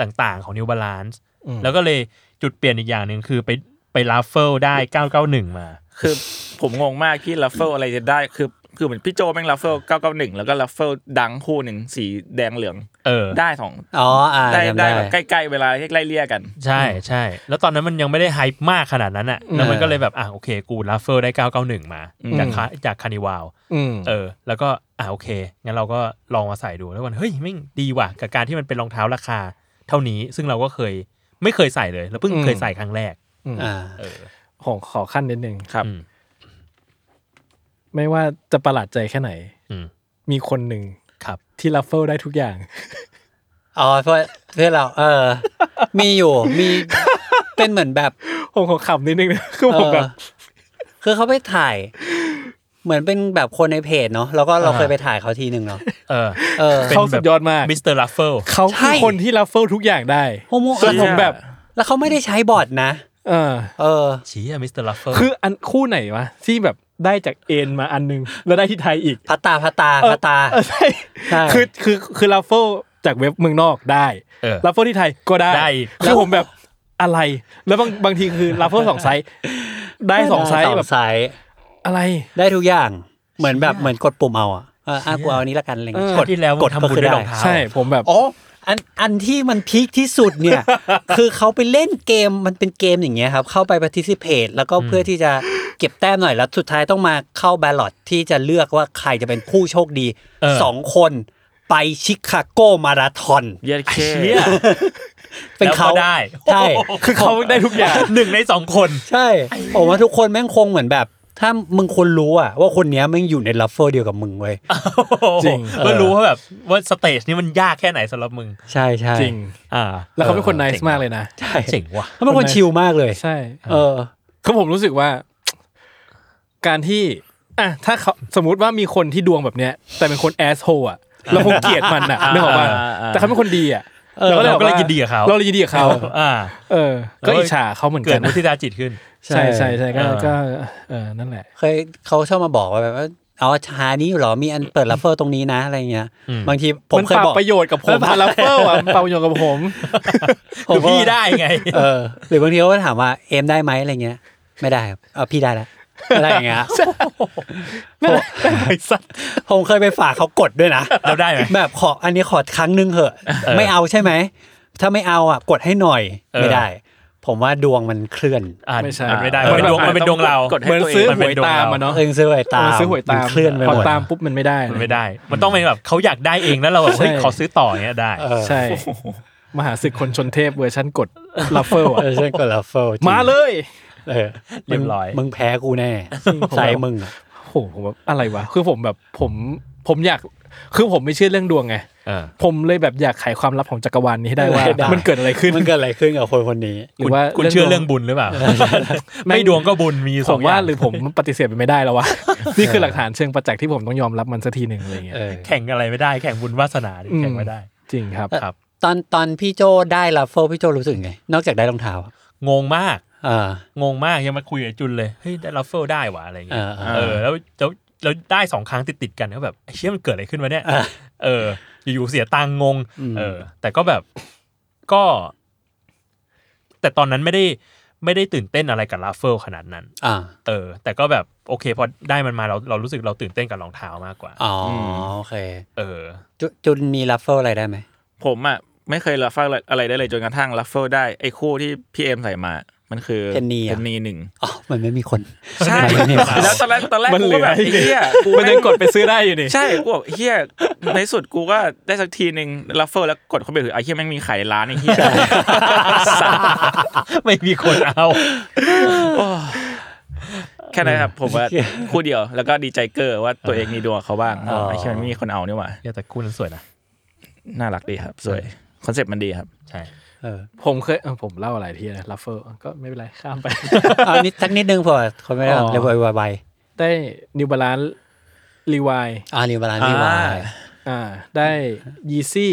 [SPEAKER 4] ต่างๆของ New Balance
[SPEAKER 3] อืม
[SPEAKER 4] แล้วก็เลยจุดเปลี่ยนอีกอย่างหนึ่งคือไปไปลาเฟลได้ 991 มา
[SPEAKER 5] คือผมงงมากที่ลัฟเฟิลอะไรจะได้คือคือเหมือนพี่โจแม่งลัฟเฟิลเก้าเก้าหนึ่งแล้วก็ลัฟเฟิลดังคู่หนึ่งสีแดงเหลือง
[SPEAKER 4] เออ
[SPEAKER 5] ได้สอง
[SPEAKER 2] อ๋ออ่า
[SPEAKER 5] ได้
[SPEAKER 2] จำ
[SPEAKER 5] ได้
[SPEAKER 2] ได้
[SPEAKER 5] แบบใกล้ๆเวลาใกล้เลี่ยกัน
[SPEAKER 4] ใช่ใช่ แล้วตอนนั้นมันยังไม่ได้ไฮป์มากขนาดนั้นอะแล้วมันก็เลยแบบอ่ะโอเค กูลาเฟลได้ 991 มา จากคาจากคานิวาล
[SPEAKER 3] อืม
[SPEAKER 4] เออ แล้วก็อ่ะโอเค งั้นเราก็ลองมาใส่ดูแล้วมันเฮ้ยแม่งดีว่ะกับการที่มันเป็นรองเท้าราคา เท่านี้ซึ่งเราก็เคยไม่เคยใส่เลยแล้วเพิ่ง
[SPEAKER 3] อืม
[SPEAKER 4] เคยใส่ครั้งแรก
[SPEAKER 2] อ่า
[SPEAKER 4] เออ
[SPEAKER 3] ของขอขั้นนิดนึง
[SPEAKER 5] ครับ
[SPEAKER 4] อืม
[SPEAKER 3] ไม่ว่าจะประหลาดใจแค่ไหน
[SPEAKER 4] อืม
[SPEAKER 3] มีคนหนึ่ง
[SPEAKER 4] ครับ
[SPEAKER 3] ที่รัฟเฟิลได้ทุกอย่าง
[SPEAKER 2] อ๋อเพื่อเพื่อเรา เออ มีอยู่มี เป็นเหมือนแบบ
[SPEAKER 3] ผมขอขำนิดนึงนะคือ
[SPEAKER 2] เอ
[SPEAKER 3] ผม
[SPEAKER 2] อ
[SPEAKER 3] แบบ
[SPEAKER 2] คือเขาไปถ่าย เหมือนเป็นแบบคนในเพจเนาะแล้วก็เราเคยไปถ่ายเขาทีหนึ่งเนาะ
[SPEAKER 4] เออ
[SPEAKER 2] เออ
[SPEAKER 4] เป็น
[SPEAKER 3] เขาสุดยอดมาก
[SPEAKER 4] มิสเตอร์ลัฟเฟิล
[SPEAKER 3] เขา
[SPEAKER 2] ใช่
[SPEAKER 3] คือคน ที่รัฟเฟิลทุกอย่างได้
[SPEAKER 2] โฮโม
[SPEAKER 3] ส่วนผมแบบ
[SPEAKER 2] แล้วเขาไม่ได้ใช้บอร์ดนะ
[SPEAKER 3] เออ
[SPEAKER 2] เออ
[SPEAKER 4] ชี้อะมิสเตอร์ลัฟเฟิล
[SPEAKER 3] คืออันคู่ไหนวะที่แบบได้จากเอ็นมาอันนึง แล้วได้ที่ไทยอีก
[SPEAKER 2] พัตตาพัตตาพัตตา
[SPEAKER 3] เออใช่
[SPEAKER 2] ใช่
[SPEAKER 3] คือคือคือรัฟเฟิลจากเว็บเมืองนอกได้
[SPEAKER 4] เออ
[SPEAKER 3] รัฟเฟิลที่ไทยก็ได้
[SPEAKER 4] ได้
[SPEAKER 3] คือผมแบบอะไร แล้วบางบางทีคือรัฟเฟิลสองไซส์ได้สองไซส์
[SPEAKER 2] สอ
[SPEAKER 3] แบบ
[SPEAKER 2] งไซส์
[SPEAKER 3] อะไร
[SPEAKER 2] ได้ทุกอย่าง เหมือนแบบเหมือนกดปุ่มเอาอะเอออ่ะกูเอาอันนี้ละกันอะไรอย่างเงี้ย
[SPEAKER 4] ชาติที่แล้ว
[SPEAKER 2] ก
[SPEAKER 4] ก
[SPEAKER 2] ด
[SPEAKER 4] ด
[SPEAKER 2] ก็
[SPEAKER 4] ทำบุญ
[SPEAKER 2] คือ
[SPEAKER 4] ด้วย
[SPEAKER 2] ได้
[SPEAKER 4] รองเท้า
[SPEAKER 3] ใช่ผมแบบ
[SPEAKER 2] อ๋อ อัน อันที่มันพีคที่สุดเนี่ย คือเขาไปเล่นเกม มันเป็นเกมอย่างเงี้ยครับ เข้าไป participate แล้วก็เพื่อที่จะเก็บแต้มหน่อย แล้วสุดท้ายต้องมาเข้า ballot ที่จะเลือกว่าใครจะเป็นผู้โชคดีสองคนไปชิคาโกมาราธอน
[SPEAKER 5] เย็ดเค
[SPEAKER 4] เชี่ย
[SPEAKER 2] เป็นเขา
[SPEAKER 4] แล้วก็ได้
[SPEAKER 2] ใช่
[SPEAKER 3] คือเขาได้ทุกอย่าง
[SPEAKER 4] หนึ่งในสองคน
[SPEAKER 2] ใช่ ผมว่าทุกคนแม่งคงเหมือนแบบ ถ้ามึงคนรู้อะว่าคนเนี้ยแม่งอยู่ในลัฟเฟอร์เดียวกับมึงเว้ย
[SPEAKER 3] จริง
[SPEAKER 4] เพื่อรู้ว่าแบบว่าสเตจนี้มันยากแค่ไหนสำหรับมึง
[SPEAKER 2] ใช่ใช่
[SPEAKER 3] จริง
[SPEAKER 4] อ่า
[SPEAKER 3] แล้วเขาเป็นคน nice มากเลยนะ
[SPEAKER 2] ใช่
[SPEAKER 4] เจ๋งว่ะ
[SPEAKER 2] เขาเป็นคนชิลมากเลย
[SPEAKER 3] ใช่
[SPEAKER 2] เออ
[SPEAKER 3] คือผมรู้สึกว่า การที่อ่ะถ้าเขาสมมติว่ามีคนที่ดวงแบบเนี้ย แต่เป็นคนแอสโฮอ่ะเราคงเกลียดมันอ่ะ นึกออกป่ะแต่เขาเป็นคนดีอ่ะ
[SPEAKER 4] เออเราก็เลย
[SPEAKER 3] แบบว่
[SPEAKER 4] ยินดีกับเขา
[SPEAKER 3] เราเลยยินดีกับเขา
[SPEAKER 4] อ่า
[SPEAKER 3] เอ อ ก็
[SPEAKER 4] เออ
[SPEAKER 3] อิจฉาเขาเหมือน
[SPEAKER 4] เกิ
[SPEAKER 3] กั
[SPEAKER 4] ด
[SPEAKER 3] น
[SPEAKER 4] มุทิตาจิตขึ้น
[SPEAKER 2] ใช่
[SPEAKER 3] ใช่ใช่ใช่ก็
[SPEAKER 4] เออ
[SPEAKER 3] ก็เออนั่นแหละ
[SPEAKER 2] เคยเขาชอบมาบอกว่าแบบว่าเอาชานี้อยู่เหรอมีอันเปิดลัฟเฟอร์ตรงนี้นะอะไรเงี้ย บางทีผม
[SPEAKER 3] มัน
[SPEAKER 2] เคย
[SPEAKER 3] ปรับ
[SPEAKER 2] บอก
[SPEAKER 3] ประโยชน์กับผม
[SPEAKER 2] มันปรับ
[SPEAKER 3] มาลัฟเฟอร์อ่ะมันปรับประโยชน์กับผม
[SPEAKER 2] ผม
[SPEAKER 4] คือ
[SPEAKER 2] ก็
[SPEAKER 4] พี่ได้ไง
[SPEAKER 2] เออ หรือบางทีเขาก็ถามว่าเอมได้ไหมอะไรเงี้ย ไม่ได้ครับเอาพี่ได้ละอะไรอย่างเงี้ย
[SPEAKER 4] สัตว์
[SPEAKER 2] ผมเคยไปฝากเขากดด้วยนะ
[SPEAKER 4] แล้วได้ไหม
[SPEAKER 2] แบบขออันนี้ขอครั้งหนึงเถอะ ไม่เอาใช่ไหม ถ้าไม่เอาอ่ะกดให้หน่อย
[SPEAKER 4] เออ
[SPEAKER 2] ไม่ได้ ผมว่าดวงมันเคลื่อน
[SPEAKER 4] อ่า
[SPEAKER 3] ไม่ใช่
[SPEAKER 4] อ่านไม่ได้
[SPEAKER 5] เออ
[SPEAKER 4] มันเป็นดวง
[SPEAKER 5] มั
[SPEAKER 4] มั
[SPEAKER 5] น
[SPEAKER 4] นเป็นดวงเรา
[SPEAKER 5] กดให้
[SPEAKER 3] เหมือนซื้อ
[SPEAKER 4] มัน
[SPEAKER 3] ห
[SPEAKER 4] เป็น
[SPEAKER 3] วย
[SPEAKER 4] ดวง
[SPEAKER 3] ตาม
[SPEAKER 4] เรา
[SPEAKER 3] อ่ะเนาะ
[SPEAKER 2] เออซื้อหวยตาม
[SPEAKER 3] เออซื้อหวยตาม
[SPEAKER 2] นเคลื่อนไป
[SPEAKER 3] พ
[SPEAKER 2] ห
[SPEAKER 3] อ
[SPEAKER 2] มด
[SPEAKER 3] ตามปุ๊บมันไม่ได้
[SPEAKER 4] มัน
[SPEAKER 3] เลย
[SPEAKER 4] ไม่ได้ มันต้องเป็นแบบเขาอยากได้เองแล้วเราแบบเฮ้ย
[SPEAKER 3] ใช่
[SPEAKER 4] ขอซื้อต่ออย่างเงี้ยได้
[SPEAKER 2] เออ
[SPEAKER 3] ใช่ มหาศึกคนชนเทพเวอร์ชันกดลัฟเฟอร์อ่ะ
[SPEAKER 2] เออเช่นกดลัฟเฟอร์จริง
[SPEAKER 3] มาเลย
[SPEAKER 2] เออ
[SPEAKER 4] เรียบร้อย
[SPEAKER 2] มึงมึงแพ้กูแน่ใส่มึงอะ
[SPEAKER 3] ผ โหผมแบบอะไรวะคือผมแบบผมผมอยากคือผมไม่เชื่อเรื่องดวงไง
[SPEAKER 4] เออ
[SPEAKER 3] ผมเลยแบบอยากไขความลับของจักรวาลนี้ให้ได้ว่า
[SPEAKER 2] ได้
[SPEAKER 3] มันเกิดอะไรขึ้น
[SPEAKER 2] มันเกิดอะไรขึ้นกับคนคนนี้
[SPEAKER 3] หรื
[SPEAKER 4] คุณ
[SPEAKER 3] ว่า
[SPEAKER 4] คุณเชื่อเรื่องบุญหรือเปล่า ไม่ดวงก็บุญมีส
[SPEAKER 3] ผ
[SPEAKER 4] อ
[SPEAKER 3] ม
[SPEAKER 4] งอย่า
[SPEAKER 3] ว่าง หรือผมปฏิเสธไปไม่ได้แล้ววะ นี่คือหลักฐานเชิงประจักษ์ที่ผมต้องยอมรับมันสักทีหนึ่งอะไรเงี้ย
[SPEAKER 2] เออ
[SPEAKER 4] แข่งอะไรไม่ได้แข่งบุญวาสนาดิแข่งไม่ได้
[SPEAKER 3] จริงครับ
[SPEAKER 4] ครับ
[SPEAKER 2] ตอนตอนพี่โจได้ลาโฟพี่โจรู้สึกไง นอกจากได้รองเท้าอะ
[SPEAKER 4] งงมาก
[SPEAKER 2] อ่า
[SPEAKER 4] งงมากยังมาคุยกับจุนเลยเฮ้ยได้ลัฟเฟิลได้หวะอะไรเงี้ย
[SPEAKER 2] เออเออ
[SPEAKER 4] เออแล้วแล้วแล้วได้สองครั้งติดติดๆกันก็แบบไอ้เชี่ยมันเกิดอะไรขึ้นวะเนี่ยเออ อยู่ๆเสียตังค์งง เออ แต่ก็แบบก็ แต่ตอนนั้นไม่ได้ไม่ได้ตื่นเต้นอะไรกับลัฟเฟิลขนาดนั้น
[SPEAKER 2] อ่า
[SPEAKER 4] เออ แต่ก็แบบโอเคพอได้มันมาเราเรารู้สึกเราตื่นเต้นกับรองเท้ามากกว่า
[SPEAKER 2] อ๋ออโอเค
[SPEAKER 4] เอ อ
[SPEAKER 2] จุจุนมีลาโฟอะไรได้ไหม
[SPEAKER 5] ผมอ่ะไม่เคยรับฟังอะไรได้เลยจนกระทั่งรับเฟิลได้ไอ้คู่ที่พี่เอ็มใส่มา มันคือเทนนีหนึ่ง
[SPEAKER 2] อ๋อมันไม่มีคน
[SPEAKER 5] ใช่แล้วตอนแรกตอนแรก
[SPEAKER 3] มัน
[SPEAKER 5] กู
[SPEAKER 3] เหลื
[SPEAKER 5] ก็
[SPEAKER 3] อ
[SPEAKER 5] แบบ
[SPEAKER 3] ให้
[SPEAKER 5] ไอ้เฮียกู
[SPEAKER 3] มัน
[SPEAKER 5] ไม่
[SPEAKER 3] ยังกดไปซื้อได้อยู่นี่
[SPEAKER 5] ใช่กูบอกเฮียในสุดกูก็ได้สักทีหนึ่งรับเฟิลแล้วกดเข้าไปถือไอ้เฮียแม่งมีขายในร้านไอ้เฮีย
[SPEAKER 4] ไม่มีคนเอา
[SPEAKER 5] แค่นั้นครับผมว่าคู่เดียวแล้วก็ดีใจเกอร์ว่าตัวเองมีดวงกับเขาบ้าง
[SPEAKER 2] อ๋อ
[SPEAKER 5] ไอ้เฮียมันไม่มีคนเอานี่หว่า
[SPEAKER 4] เนี่ยแต่คู่นั้นสวยนะ
[SPEAKER 5] น่ารักดีครับ สวยคอนเซ็ปต์มันดีครับ
[SPEAKER 4] ใช่
[SPEAKER 2] เออ
[SPEAKER 3] ผมเคยเออผมเล่าอะไรทีนะลัฟเฟอร์ก็ไม่เป็นไรข้าม ไป
[SPEAKER 2] เอานิดสักนิดนึงเผื่อคนไม่ได้
[SPEAKER 3] อ๋อ
[SPEAKER 2] เรียกวายบาย
[SPEAKER 3] ได้นิวบาลานรีวาย
[SPEAKER 2] อ่านิวบาลานซ์นี่วา
[SPEAKER 5] อ่า
[SPEAKER 2] ย
[SPEAKER 3] อ่าได้ยีซี่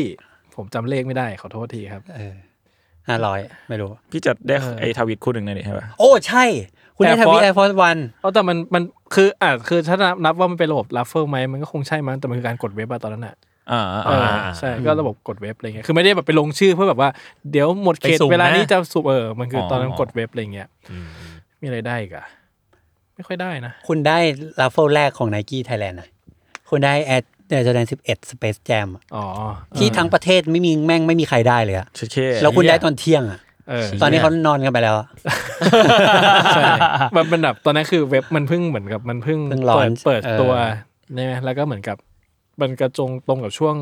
[SPEAKER 3] ผมจำเลขไม่ได้ขอโทษทีครับ
[SPEAKER 2] เออห้าร้อยไม่รู้
[SPEAKER 5] พี่จะได้
[SPEAKER 3] เออ
[SPEAKER 5] ไอ้ทวิตคู่หนึ่งเลยนี่ใช่ป่ะ
[SPEAKER 2] โอ้ใช่ คุณได้ทวี
[SPEAKER 3] Air Force
[SPEAKER 2] แอร์ฟอร์สวัน
[SPEAKER 3] เอาแต่มันมันคืออ่าคือถ้านับว่ามันเป็นระบบลัฟเฟอร์ไหมมันก็คงใช่มั้งแต่มันคือการกดเว็บอะตอนนั้นอะ
[SPEAKER 5] อ่า
[SPEAKER 3] เออใช่ก็ระบบกดเว็บอะไรเงี้ยคือไม่ได้แบบไปลงชื่อเพื่อแบบว่าเดี๋ยวหมดเขตเวลานี้จะสูบเออมันคือตอนนั้นกดเว็บอะไรเงี้ยมีอะไรได้อีกอะไม่ค่อยได้นะ
[SPEAKER 2] คุณได้ลาโฟแรกของไนกี้ไทยแลนด์นะคุณได้แอดเดอร์จอแดนสิบเอ็ดสเปซแจม
[SPEAKER 3] อ๋อ
[SPEAKER 2] ที่ทั้งประเทศไม่มีแม่งไม่มีใครได้เลยอะ
[SPEAKER 5] เช่ๆ
[SPEAKER 2] แล้วคุณได้ตอนเที่ยงอะ
[SPEAKER 3] เออ
[SPEAKER 2] ตอนนี้เขานอนกันไปแล้วอะ
[SPEAKER 3] ใช่มันเป็นแบบตอนนั้นคือเว็บมันเพิ่งเหมือนกับมันเพิ่ง
[SPEAKER 2] เพิ่ง launch
[SPEAKER 3] เปิด
[SPEAKER 2] เออ
[SPEAKER 3] ตัวใช่ไหมแล้วก็เหมือนกับมันกระจงตรงกับช่วง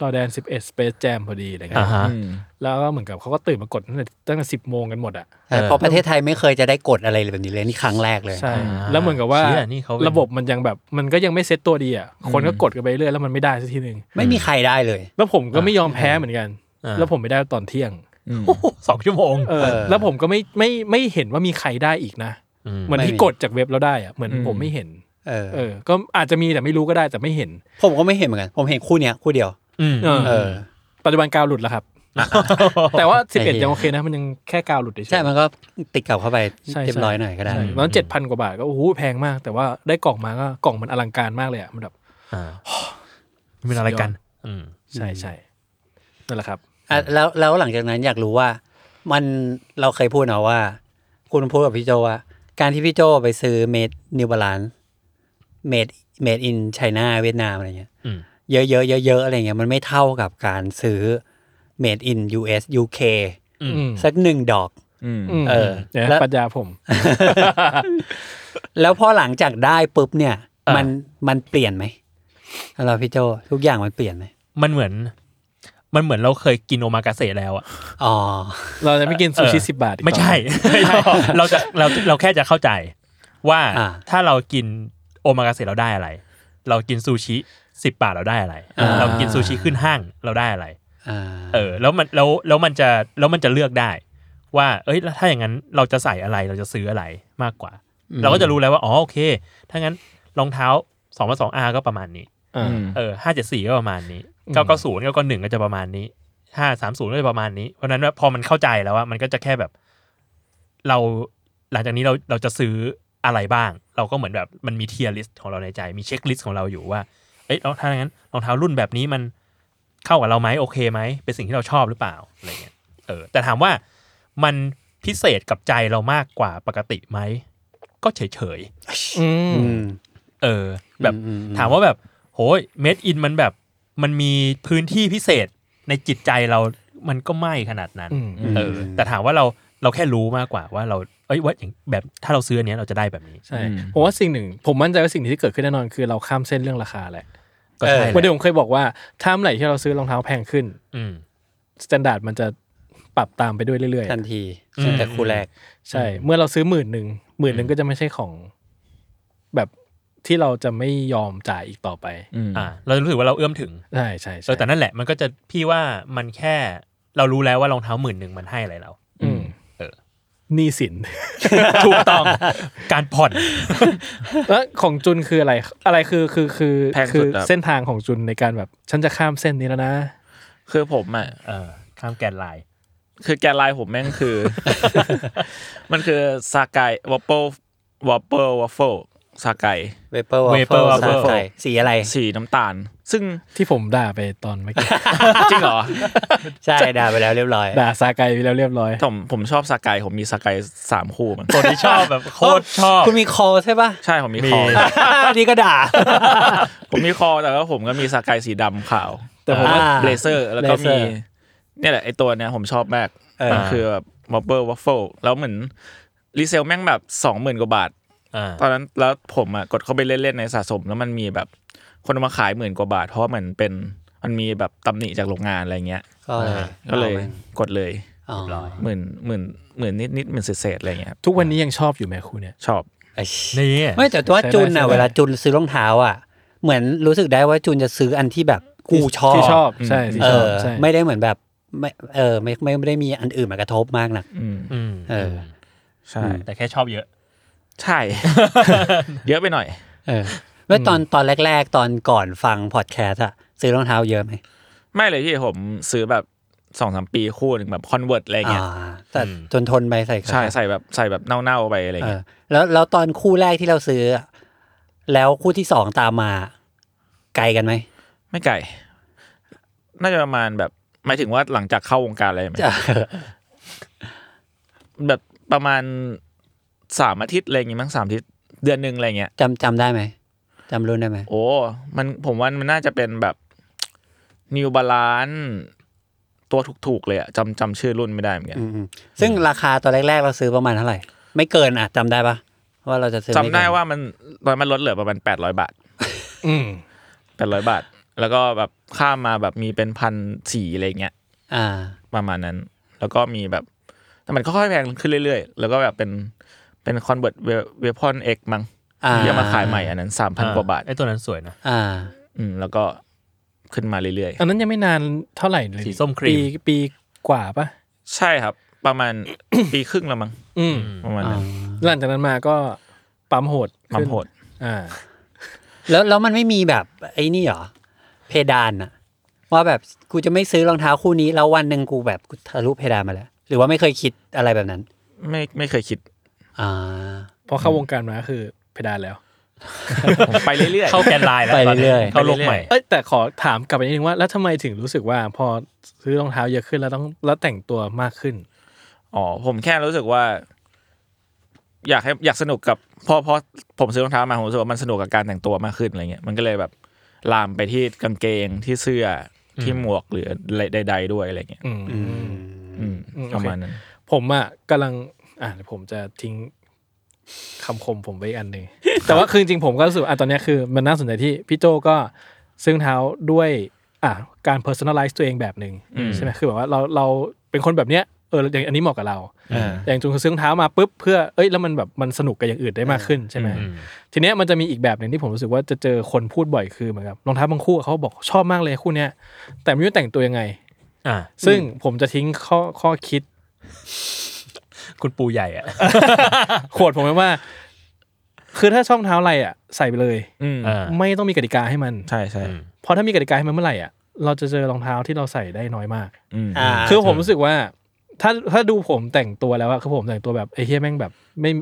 [SPEAKER 3] จอแดน 11 Space Jam พอดีอะไรเงี้ย
[SPEAKER 5] อืม
[SPEAKER 3] แล้วก็เหมือนกับเขาก็ตื่นมากดตั้งแต่ตั้งแต่สิบโมงกันหมดอะ
[SPEAKER 2] แต่เพราะประเทศไทยไม่เคยจะได้กดอะไรเลยแบบนี้เลยนี่ครั้งแรกเลย
[SPEAKER 3] ใช่
[SPEAKER 4] อ่า
[SPEAKER 3] แล้วเหมือนกับว่า
[SPEAKER 4] เชี่ยนี่เขาเป็น
[SPEAKER 3] ระบบมันยังแบบมันก็ยังไม่เซ็ตตัวดีอ่ะ คนก็กดกันไปเรื่อยแล้วมันไม่ได้สักทีหนึ่ง
[SPEAKER 2] ไม่มีใครได้เลย
[SPEAKER 3] แล้วผมก็ไม่ยอมแพ้เหมือนกัน
[SPEAKER 4] อ่า
[SPEAKER 3] แล้วผมไม่ได้ตอนเที่ยง
[SPEAKER 4] สองชั่วโมง
[SPEAKER 3] เออ แล้วผมก็ไม่ไม่ไม่เห็นว่ามีใครได้อีกนะ เหมือน
[SPEAKER 2] ไม่มี
[SPEAKER 3] ที่กดจากเว็บแล้วได้อ่ะเหมือนผมไม่เห็น
[SPEAKER 2] เออ
[SPEAKER 3] เออ ก็อาจจะมีแต่ไม่รู้ก็ได้แต่ไม่เห็น
[SPEAKER 2] ผมก็ไม่เห็นเหมือนกัน ผมเห็นคู่เนี้ยคู่เดียว
[SPEAKER 4] อืม
[SPEAKER 3] เออ
[SPEAKER 2] เออ
[SPEAKER 3] ปัจจุบันกาวหลุดแล้วครับ แต่ว่า
[SPEAKER 2] ไอ้เหี้ย
[SPEAKER 3] 11ยังโอเคนะ มันยังแค่กาวหลุดเฉยๆ
[SPEAKER 2] ใช่ มันก็ติดกลับเข้าไป
[SPEAKER 3] ใช่
[SPEAKER 2] เรียบร้อยหน่อยก็ได้
[SPEAKER 3] ใช่ตอนเจ็ดพัน7,000กว่าบาทก็โอ้โหแพงมาก แต่ว่าได้กล่องมาก็กล่องมันอลังการมากเลยอ่ะมันแบบ
[SPEAKER 4] อ่าเป็นอะไรกัน อืม
[SPEAKER 3] ใช่ใช่นั่นแหละครับ
[SPEAKER 2] อ่ะแล้วแล้วหลังจากนั้นอยากรู้ว่า มันเราเคยพูดเนาะว่า คุณพูดกับพี่โจว่า การที่พี่โจไปซื้อเมดนิวบาลานเมดเมดอินไชน่าเวียดนามอะไรเงี้ย
[SPEAKER 4] อืม
[SPEAKER 2] เยอะๆเยอะๆอะไรเงี้ยมันไม่เท่ากับการซื้อเมดอิน US UK
[SPEAKER 3] อืม
[SPEAKER 2] สักหนึ่งดอก
[SPEAKER 5] อืม
[SPEAKER 2] เออ
[SPEAKER 3] เนี่ย
[SPEAKER 2] แล้ว
[SPEAKER 3] ปัญญาผม
[SPEAKER 2] แล้วพอหลังจากได้ปุ๊บเนี่ย
[SPEAKER 4] อ่ะ
[SPEAKER 2] มันมันเปลี่ยนไหมสำหรับพี่โจทุกอย่างมันเปลี่ยนไหม
[SPEAKER 4] มันเหมือน มันเหมือนเราเคยกินโอมากาเสะแล้วอะ
[SPEAKER 2] อ๋อ
[SPEAKER 3] เราจะไม่กินซูชิ
[SPEAKER 4] เออ
[SPEAKER 3] สิบบาทอีกต่อ
[SPEAKER 4] ไม่ใช่ เราจะเราเราแค่จะเข้าใจ ว่า
[SPEAKER 2] อ่า
[SPEAKER 4] ถ้าเรากินโอมากาเสะเราได้อะไร เรากินซูชิสิบบาทเราได้อะไร
[SPEAKER 2] อ่า
[SPEAKER 4] เรากินซูชิขึ้นห้างเราได้อะไร
[SPEAKER 2] อ่า
[SPEAKER 4] เออ แล้วมันแล้วแล้วมันจะแล้วมันจะเลือกได้ ว่า เอ้ยแล้วถ้าอย่างนั้นเราจะใส่อะไรเราจะซื้ออะไรมากกว่า เราก็จะรู้แล้วว่าอ๋อโอเค ถ้างั้นรองเท้าสองพันสองอาก็ประมาณนี้
[SPEAKER 3] อ่า
[SPEAKER 4] เออห้าเจ็ดสี่ก็ประมาณนี้เก้าเก้าศูนย์เก้าเก้าหนึ่งก็จะประมาณนี้ห้าสามศูนย์ก็จะประมาณนี้ เพราะฉะนั้นว่าพอมันเข้าใจแล้วว่ามันก็จะแค่แบบ เราหลังจากนี้เราเราจะซื้ออะไรบ้าง เราก็เหมือนแบบมันมีเทียร์ลิสต์ของเราในใจ มีเช็คลิสต์ของเราอยู่ว่า เอ้ยเอาถ้าอย่างนั้นรองเท้ารุ่นแบบนี้มันเข้ากับเราไหมโอเคไหมเป็นสิ่งที่เราชอบหรือเปล่าอะไรเงี้ยเออ แต่ถามว่ามันพิเศษกับใจเรามากกว่าปกติไหมก็เฉยเฉยๆ
[SPEAKER 3] อืม
[SPEAKER 2] อืม
[SPEAKER 4] เออแบบ
[SPEAKER 2] อืมอืม
[SPEAKER 4] ถามว่าแบบโหยเมดอินมันแบบมันมีพื้นที่พิเศษในจิตใจเรามันก็ไม่ขนาดนั้น
[SPEAKER 3] อืม
[SPEAKER 4] เออแต่ถามว่าเราเราแค่รู้มากกว่าว่าเราเอ้ยว่าอย่างแบบถ้าเราซื้ออันเนี้ยเราจะได้แบบนี้
[SPEAKER 3] ใช่ ผมว่าสิ่งหนึ่ง ผมมั่นใจว่าสิ่งที่เกิดขึ้นแน่นอนคือเราข้ามเส้นเรื่องราคาแหละ
[SPEAKER 4] ก็ใช่
[SPEAKER 2] เออ
[SPEAKER 4] แห
[SPEAKER 3] วันเดียว
[SPEAKER 4] ละ
[SPEAKER 3] ผมเคยบอกว่าถ้าเมื่อไหร่ที่เราซื้อรองเท้าแพงขึ้น
[SPEAKER 4] อืม
[SPEAKER 3] สแตนดาร์ดมันจะปรับตามไปด้วยเรื่อย
[SPEAKER 2] ทันที
[SPEAKER 4] อืม
[SPEAKER 2] แต่คู่แรก
[SPEAKER 3] ๆ ใช่ เมื่อเราซื้อหมื่นหนึ่งหมื่นหนึ่งก็จะไม่ใช่ของแบบ ที่เราจะไม่ยอมจ่ายอีกต่อไป
[SPEAKER 4] อ่าเราจะรู้สึกว่าเราเอื้อมถึง
[SPEAKER 3] ใช่ใช่
[SPEAKER 4] เอ
[SPEAKER 3] ใช่
[SPEAKER 4] อแต่นั่นแหละมันก็จะพี่ว่ามันแค่เรารู้แล้วว่ารองเท้าหมื่นหนึ่งมันให้อะไรเรา
[SPEAKER 3] อืม
[SPEAKER 4] เออ
[SPEAKER 3] หนี้สิน
[SPEAKER 4] ถูกต้องการผ่อน
[SPEAKER 3] แล้วของจุนคืออะไร อะไรคือคือคือ
[SPEAKER 5] แพงสุด
[SPEAKER 3] คื
[SPEAKER 5] ครับ
[SPEAKER 3] เส้นทางของจุนในการแบบ ฉันจะข้ามเส้นนี้แล้วนะ
[SPEAKER 5] คือผมอ่ะ
[SPEAKER 4] เออข้ามแกนไลน์
[SPEAKER 5] คือแกนไลน์ผมแม่งคือ มันคือสากายวอปเปิลวอปเปิลวอฟเฟิลสากาย
[SPEAKER 2] เวเปอร์วอฟเฟิ
[SPEAKER 4] Vapor
[SPEAKER 2] ล
[SPEAKER 4] Waffle
[SPEAKER 2] สีอะไร
[SPEAKER 5] สีน้ำตาล ซึ่ง
[SPEAKER 3] ที่ผมด่าไปตอนเมื่อกี้
[SPEAKER 5] จริงเหรอ
[SPEAKER 2] ใช่ด่าไปแล้วเรียบร้อย
[SPEAKER 3] ด่าซาไกไปแล้วเรียบร้อย
[SPEAKER 5] ผมผมชอบสากายผมมีสากายสามคู่มัน
[SPEAKER 4] คนที่ชอบแบบโคตรชอบ
[SPEAKER 2] คุณมีคอใช่ป่ะ
[SPEAKER 5] ใช่ผมมี
[SPEAKER 4] มี
[SPEAKER 5] คอ
[SPEAKER 2] อันนี้ก็ด่า
[SPEAKER 5] ผมมีคอแต่ว่าผมก็มีสากายสีดำขาว แต่ผม
[SPEAKER 2] อ่า
[SPEAKER 5] เบลเซอร์แล้วก็
[SPEAKER 2] blazer
[SPEAKER 5] มี เนี่ยแหละไอตัวเนี้ยผมชอบมาก
[SPEAKER 2] เออ
[SPEAKER 5] มันคือแบบมอบเบอร์วัฟเฟิลแล้วเหมือนรีเซลแม่งแบบสองหมื่นกว่าบาท
[SPEAKER 4] อ่า
[SPEAKER 5] ตอนนั้นแล้วผมอ่ะกดเข้าไปเล่นๆในสะสม แล้วมันมีแบบคนเอามาขายหมื่นกว่าบาท เพราะว่าเหมือนเป็นมันมีแบบตำหนิจากโรงงานอะไรเงี้ย
[SPEAKER 2] ก็เลย
[SPEAKER 5] ก็เลยกดเลย
[SPEAKER 2] อ๋อ
[SPEAKER 5] หมื่นหมื่นหมื่นนิดนิดๆหมื่นเศษๆอะไรเงี้ย
[SPEAKER 3] ทุกวันนี้ยังชอบอยู่ไหมครูเนี่ย
[SPEAKER 5] ชอบ
[SPEAKER 2] ไอ้
[SPEAKER 4] นี่
[SPEAKER 2] ไม่แต่ว่าจุน
[SPEAKER 3] ใช่ได้
[SPEAKER 2] อ่ะ
[SPEAKER 3] ใช่ได้
[SPEAKER 2] เวลาจุนซื้อรองเท้าอ่ะ เหมือนรู้สึกได้ว่าจุนจะซื้ออันที่แบบกูชอบ
[SPEAKER 3] ที่ชอบใช่
[SPEAKER 5] อืม
[SPEAKER 3] ที่
[SPEAKER 2] เอ
[SPEAKER 3] ชอบ
[SPEAKER 2] อ
[SPEAKER 3] ใช่
[SPEAKER 2] ไม่ได้เหมือนแบบไม่เออไม่ไม่ไม่ได้มีอันอื่นมากระทบมากนัก
[SPEAKER 5] อืม
[SPEAKER 4] อืม
[SPEAKER 2] เออ
[SPEAKER 5] ใช่
[SPEAKER 4] แต่แค่ชอบเยอะ
[SPEAKER 5] ใช่ เยอะไปหน่อย
[SPEAKER 2] เออเมื่อตอนตอนแรก ๆ ตอนก่อนฟังพอดแคสต์อ่ะซื้อรองเท้าเยอะไหม
[SPEAKER 5] ไม่เลยพี่ผมซื้อแบบสองสามปีคู่หนึ่งแบบคอนเวิร์ตอะไร
[SPEAKER 2] อ่า
[SPEAKER 5] เงี้ย
[SPEAKER 2] แต่
[SPEAKER 4] อืม
[SPEAKER 2] ทนทนๆไปใส่ขา
[SPEAKER 5] ใช่ใส่แบบใส่แบบเน่าๆไปอะไร
[SPEAKER 2] เอ
[SPEAKER 5] เงี้
[SPEAKER 2] อย แล้วแล้วตอนคู่แรกที่เราซื้ออะแล้วคู่ที่สองตามมา ไกลกันไหม
[SPEAKER 5] ไม่ไก่ น่าจะประมาณแบบหมายถึงว่าหลังจากเข้าวงการอะไรไหมแบบประมาณสามอาทิตย์อะไรเงี้ยมั้งสามอาทิตย์เดือนหนึ่งอะไรเงี้ย
[SPEAKER 2] จำจำได้ไหมจำรุ่นได้ไหม
[SPEAKER 5] โอ้มันผมว่ามันน่าจะเป็นแบบนิวบาลานตัวถูกๆเลยอะจำจำชื่อรุ่นไม่ได้เหมือนกัน
[SPEAKER 2] อืมๆซึ่งราคาตอนแรก ๆ เราซื้อประมาณเท่าไหร่ ไม่เกินอ่ะจำได้ปะว่าเราจะซื้อม่เกิน
[SPEAKER 5] จำได้ว่ามันตอนมันลดเหลือประมาณแปดร้อยบาท
[SPEAKER 3] อืม
[SPEAKER 5] แปดร้อยบาท แล้วก็แบบข้ามมาแบบมีเป็นพันสี่อะไรเงี้ย
[SPEAKER 2] อ่า
[SPEAKER 5] ประมาณนั้น แล้วก็มีแบบแต่มันค่อยๆแพงขึ้นเรื่อยๆ แล้วก็แบบเป็นเป็นคอนเวิร์ตเวพอนเอ็กมั้ง
[SPEAKER 2] อ่า
[SPEAKER 5] ที่เอามาขายใหม่อันนั้นสามพันกว่าบาท
[SPEAKER 4] ไอ้ตัวนั้นสวยนะ
[SPEAKER 2] อ่า
[SPEAKER 5] อืมแล้วก็ขึ้นมาเรื่อย
[SPEAKER 3] อันนั้นยังไม่นานเท่าไหร่เลย
[SPEAKER 4] สีส้มครีม
[SPEAKER 3] ปีปีกว่าปะ
[SPEAKER 5] ๆ ใช่ครับ ประมาณ ปีครึ่งแล้วมั้ง
[SPEAKER 3] อืม
[SPEAKER 5] ประมาณนั้น
[SPEAKER 3] หลังจากนั้นมาก็ปั๊มโหด
[SPEAKER 5] มั
[SPEAKER 3] ขึ้น
[SPEAKER 5] มโหด
[SPEAKER 3] อ่า
[SPEAKER 2] แล้วแล้วมันไม่มีแบบไอ้นี่เหรอ เพดานอะว่าแบบกูจะไม่ซื้อรองเท้าคู่นี้ แล้ววันหนึ่งกูแบบกูทะลุเพดานมาแล้ว หรือว่าไม่เคยคิดอะไรแบบนั้น
[SPEAKER 5] ไม่ไม่เคยคิด
[SPEAKER 2] อ่า
[SPEAKER 3] พอเข้าวงการมาก็คือเพดานแล้ว
[SPEAKER 5] ไปเรื่อยๆ
[SPEAKER 4] เข้าแกนไลน์แล้ว
[SPEAKER 2] ไปเรื่อยๆ
[SPEAKER 4] เข้าโลกใหม่
[SPEAKER 3] เอ้ยแต่ขอถามกลับไปนิดนึงว่าแล้วทำไมถึงรู้สึกว่าพอซื้อรองเท้าเยอะขึ้นแล้วต้องแล้วแต่งตัวมากขึ้น
[SPEAKER 5] อ๋อผมแค่รู้สึกว่า อยากให้อยากสนุกกับพอพอผมซื้อรองเท้ามาผมรู้สึกว่ามันสนุกกับการแต่งตัวมากขึ้นอะไรเงี้ยมันก็เลยแบบลามไปที่กางเกงที่เสื้อที่หมวกหรืออะไรใด ๆ ด้วยอะไรเงี้ย
[SPEAKER 3] อืม
[SPEAKER 5] อืม
[SPEAKER 3] อืม
[SPEAKER 5] ประมาณนั้น
[SPEAKER 3] ผมอ่ะกำลังอ่ะเดี๋ยวผมจะทิ้งคำคมผมไว้อีกอันหนึ่ง แต่ว่าคือจริงๆผมก็รู้สึกอ่ะตอนเนี้ยคือมันน่าสนใจที่พี่โจก็ซื้อรองเท้าด้วยอ่ะการ personalize ตัวเองแบบหนึ่งใช่ไหมคือแบบว่าเราเราเป็นคนแบบเนี้ยเอออย่างอันนี้เหมาะกับเราอย่างจุงคือซื้อรองเท้ามาปุ๊บเพื่อเอ้ยแล้วมันแบบมันสนุกกับอย่างอื่นได้มากขึ้นใช่ไหม ทีเนี้ยมันจะมีอีกแบบหนึ่งที่ผมรู้สึกว่าจะเจอคนพูดบ่อยคือเหมือนกับรองเท้าบางคู่เขาบอกชอบมากเลยคู่เนี้ยแต่ไม่รู้แต่งตัวยังไง
[SPEAKER 4] อ่า
[SPEAKER 3] ซึ่งผมจะทิ้งข้อข้อคิด
[SPEAKER 4] คุณปูใหญ่อ่ะ
[SPEAKER 3] โขวดผมไว้ว่า คือถ้าชอบรองเท้าอะไรอ่ะใส่ไปเลย
[SPEAKER 5] อืม
[SPEAKER 4] เออ
[SPEAKER 3] ไม่ต้องมีกติกาให้มัน
[SPEAKER 5] ใช่ใช่
[SPEAKER 3] เพราะถ้ามีกติกาให้มันเมื่อไหร่อ่ะเราจะเจอรองเท้าที่เราใส่ได้น้อยมาก
[SPEAKER 5] อืม
[SPEAKER 2] อ่า
[SPEAKER 3] คือผมรู้สึกว่า ถ้าถ้าดูผมแต่งตัวแล้วอะคือผมแต่งตัวแบบไอ้เฮี้ยแม่งแบบไม่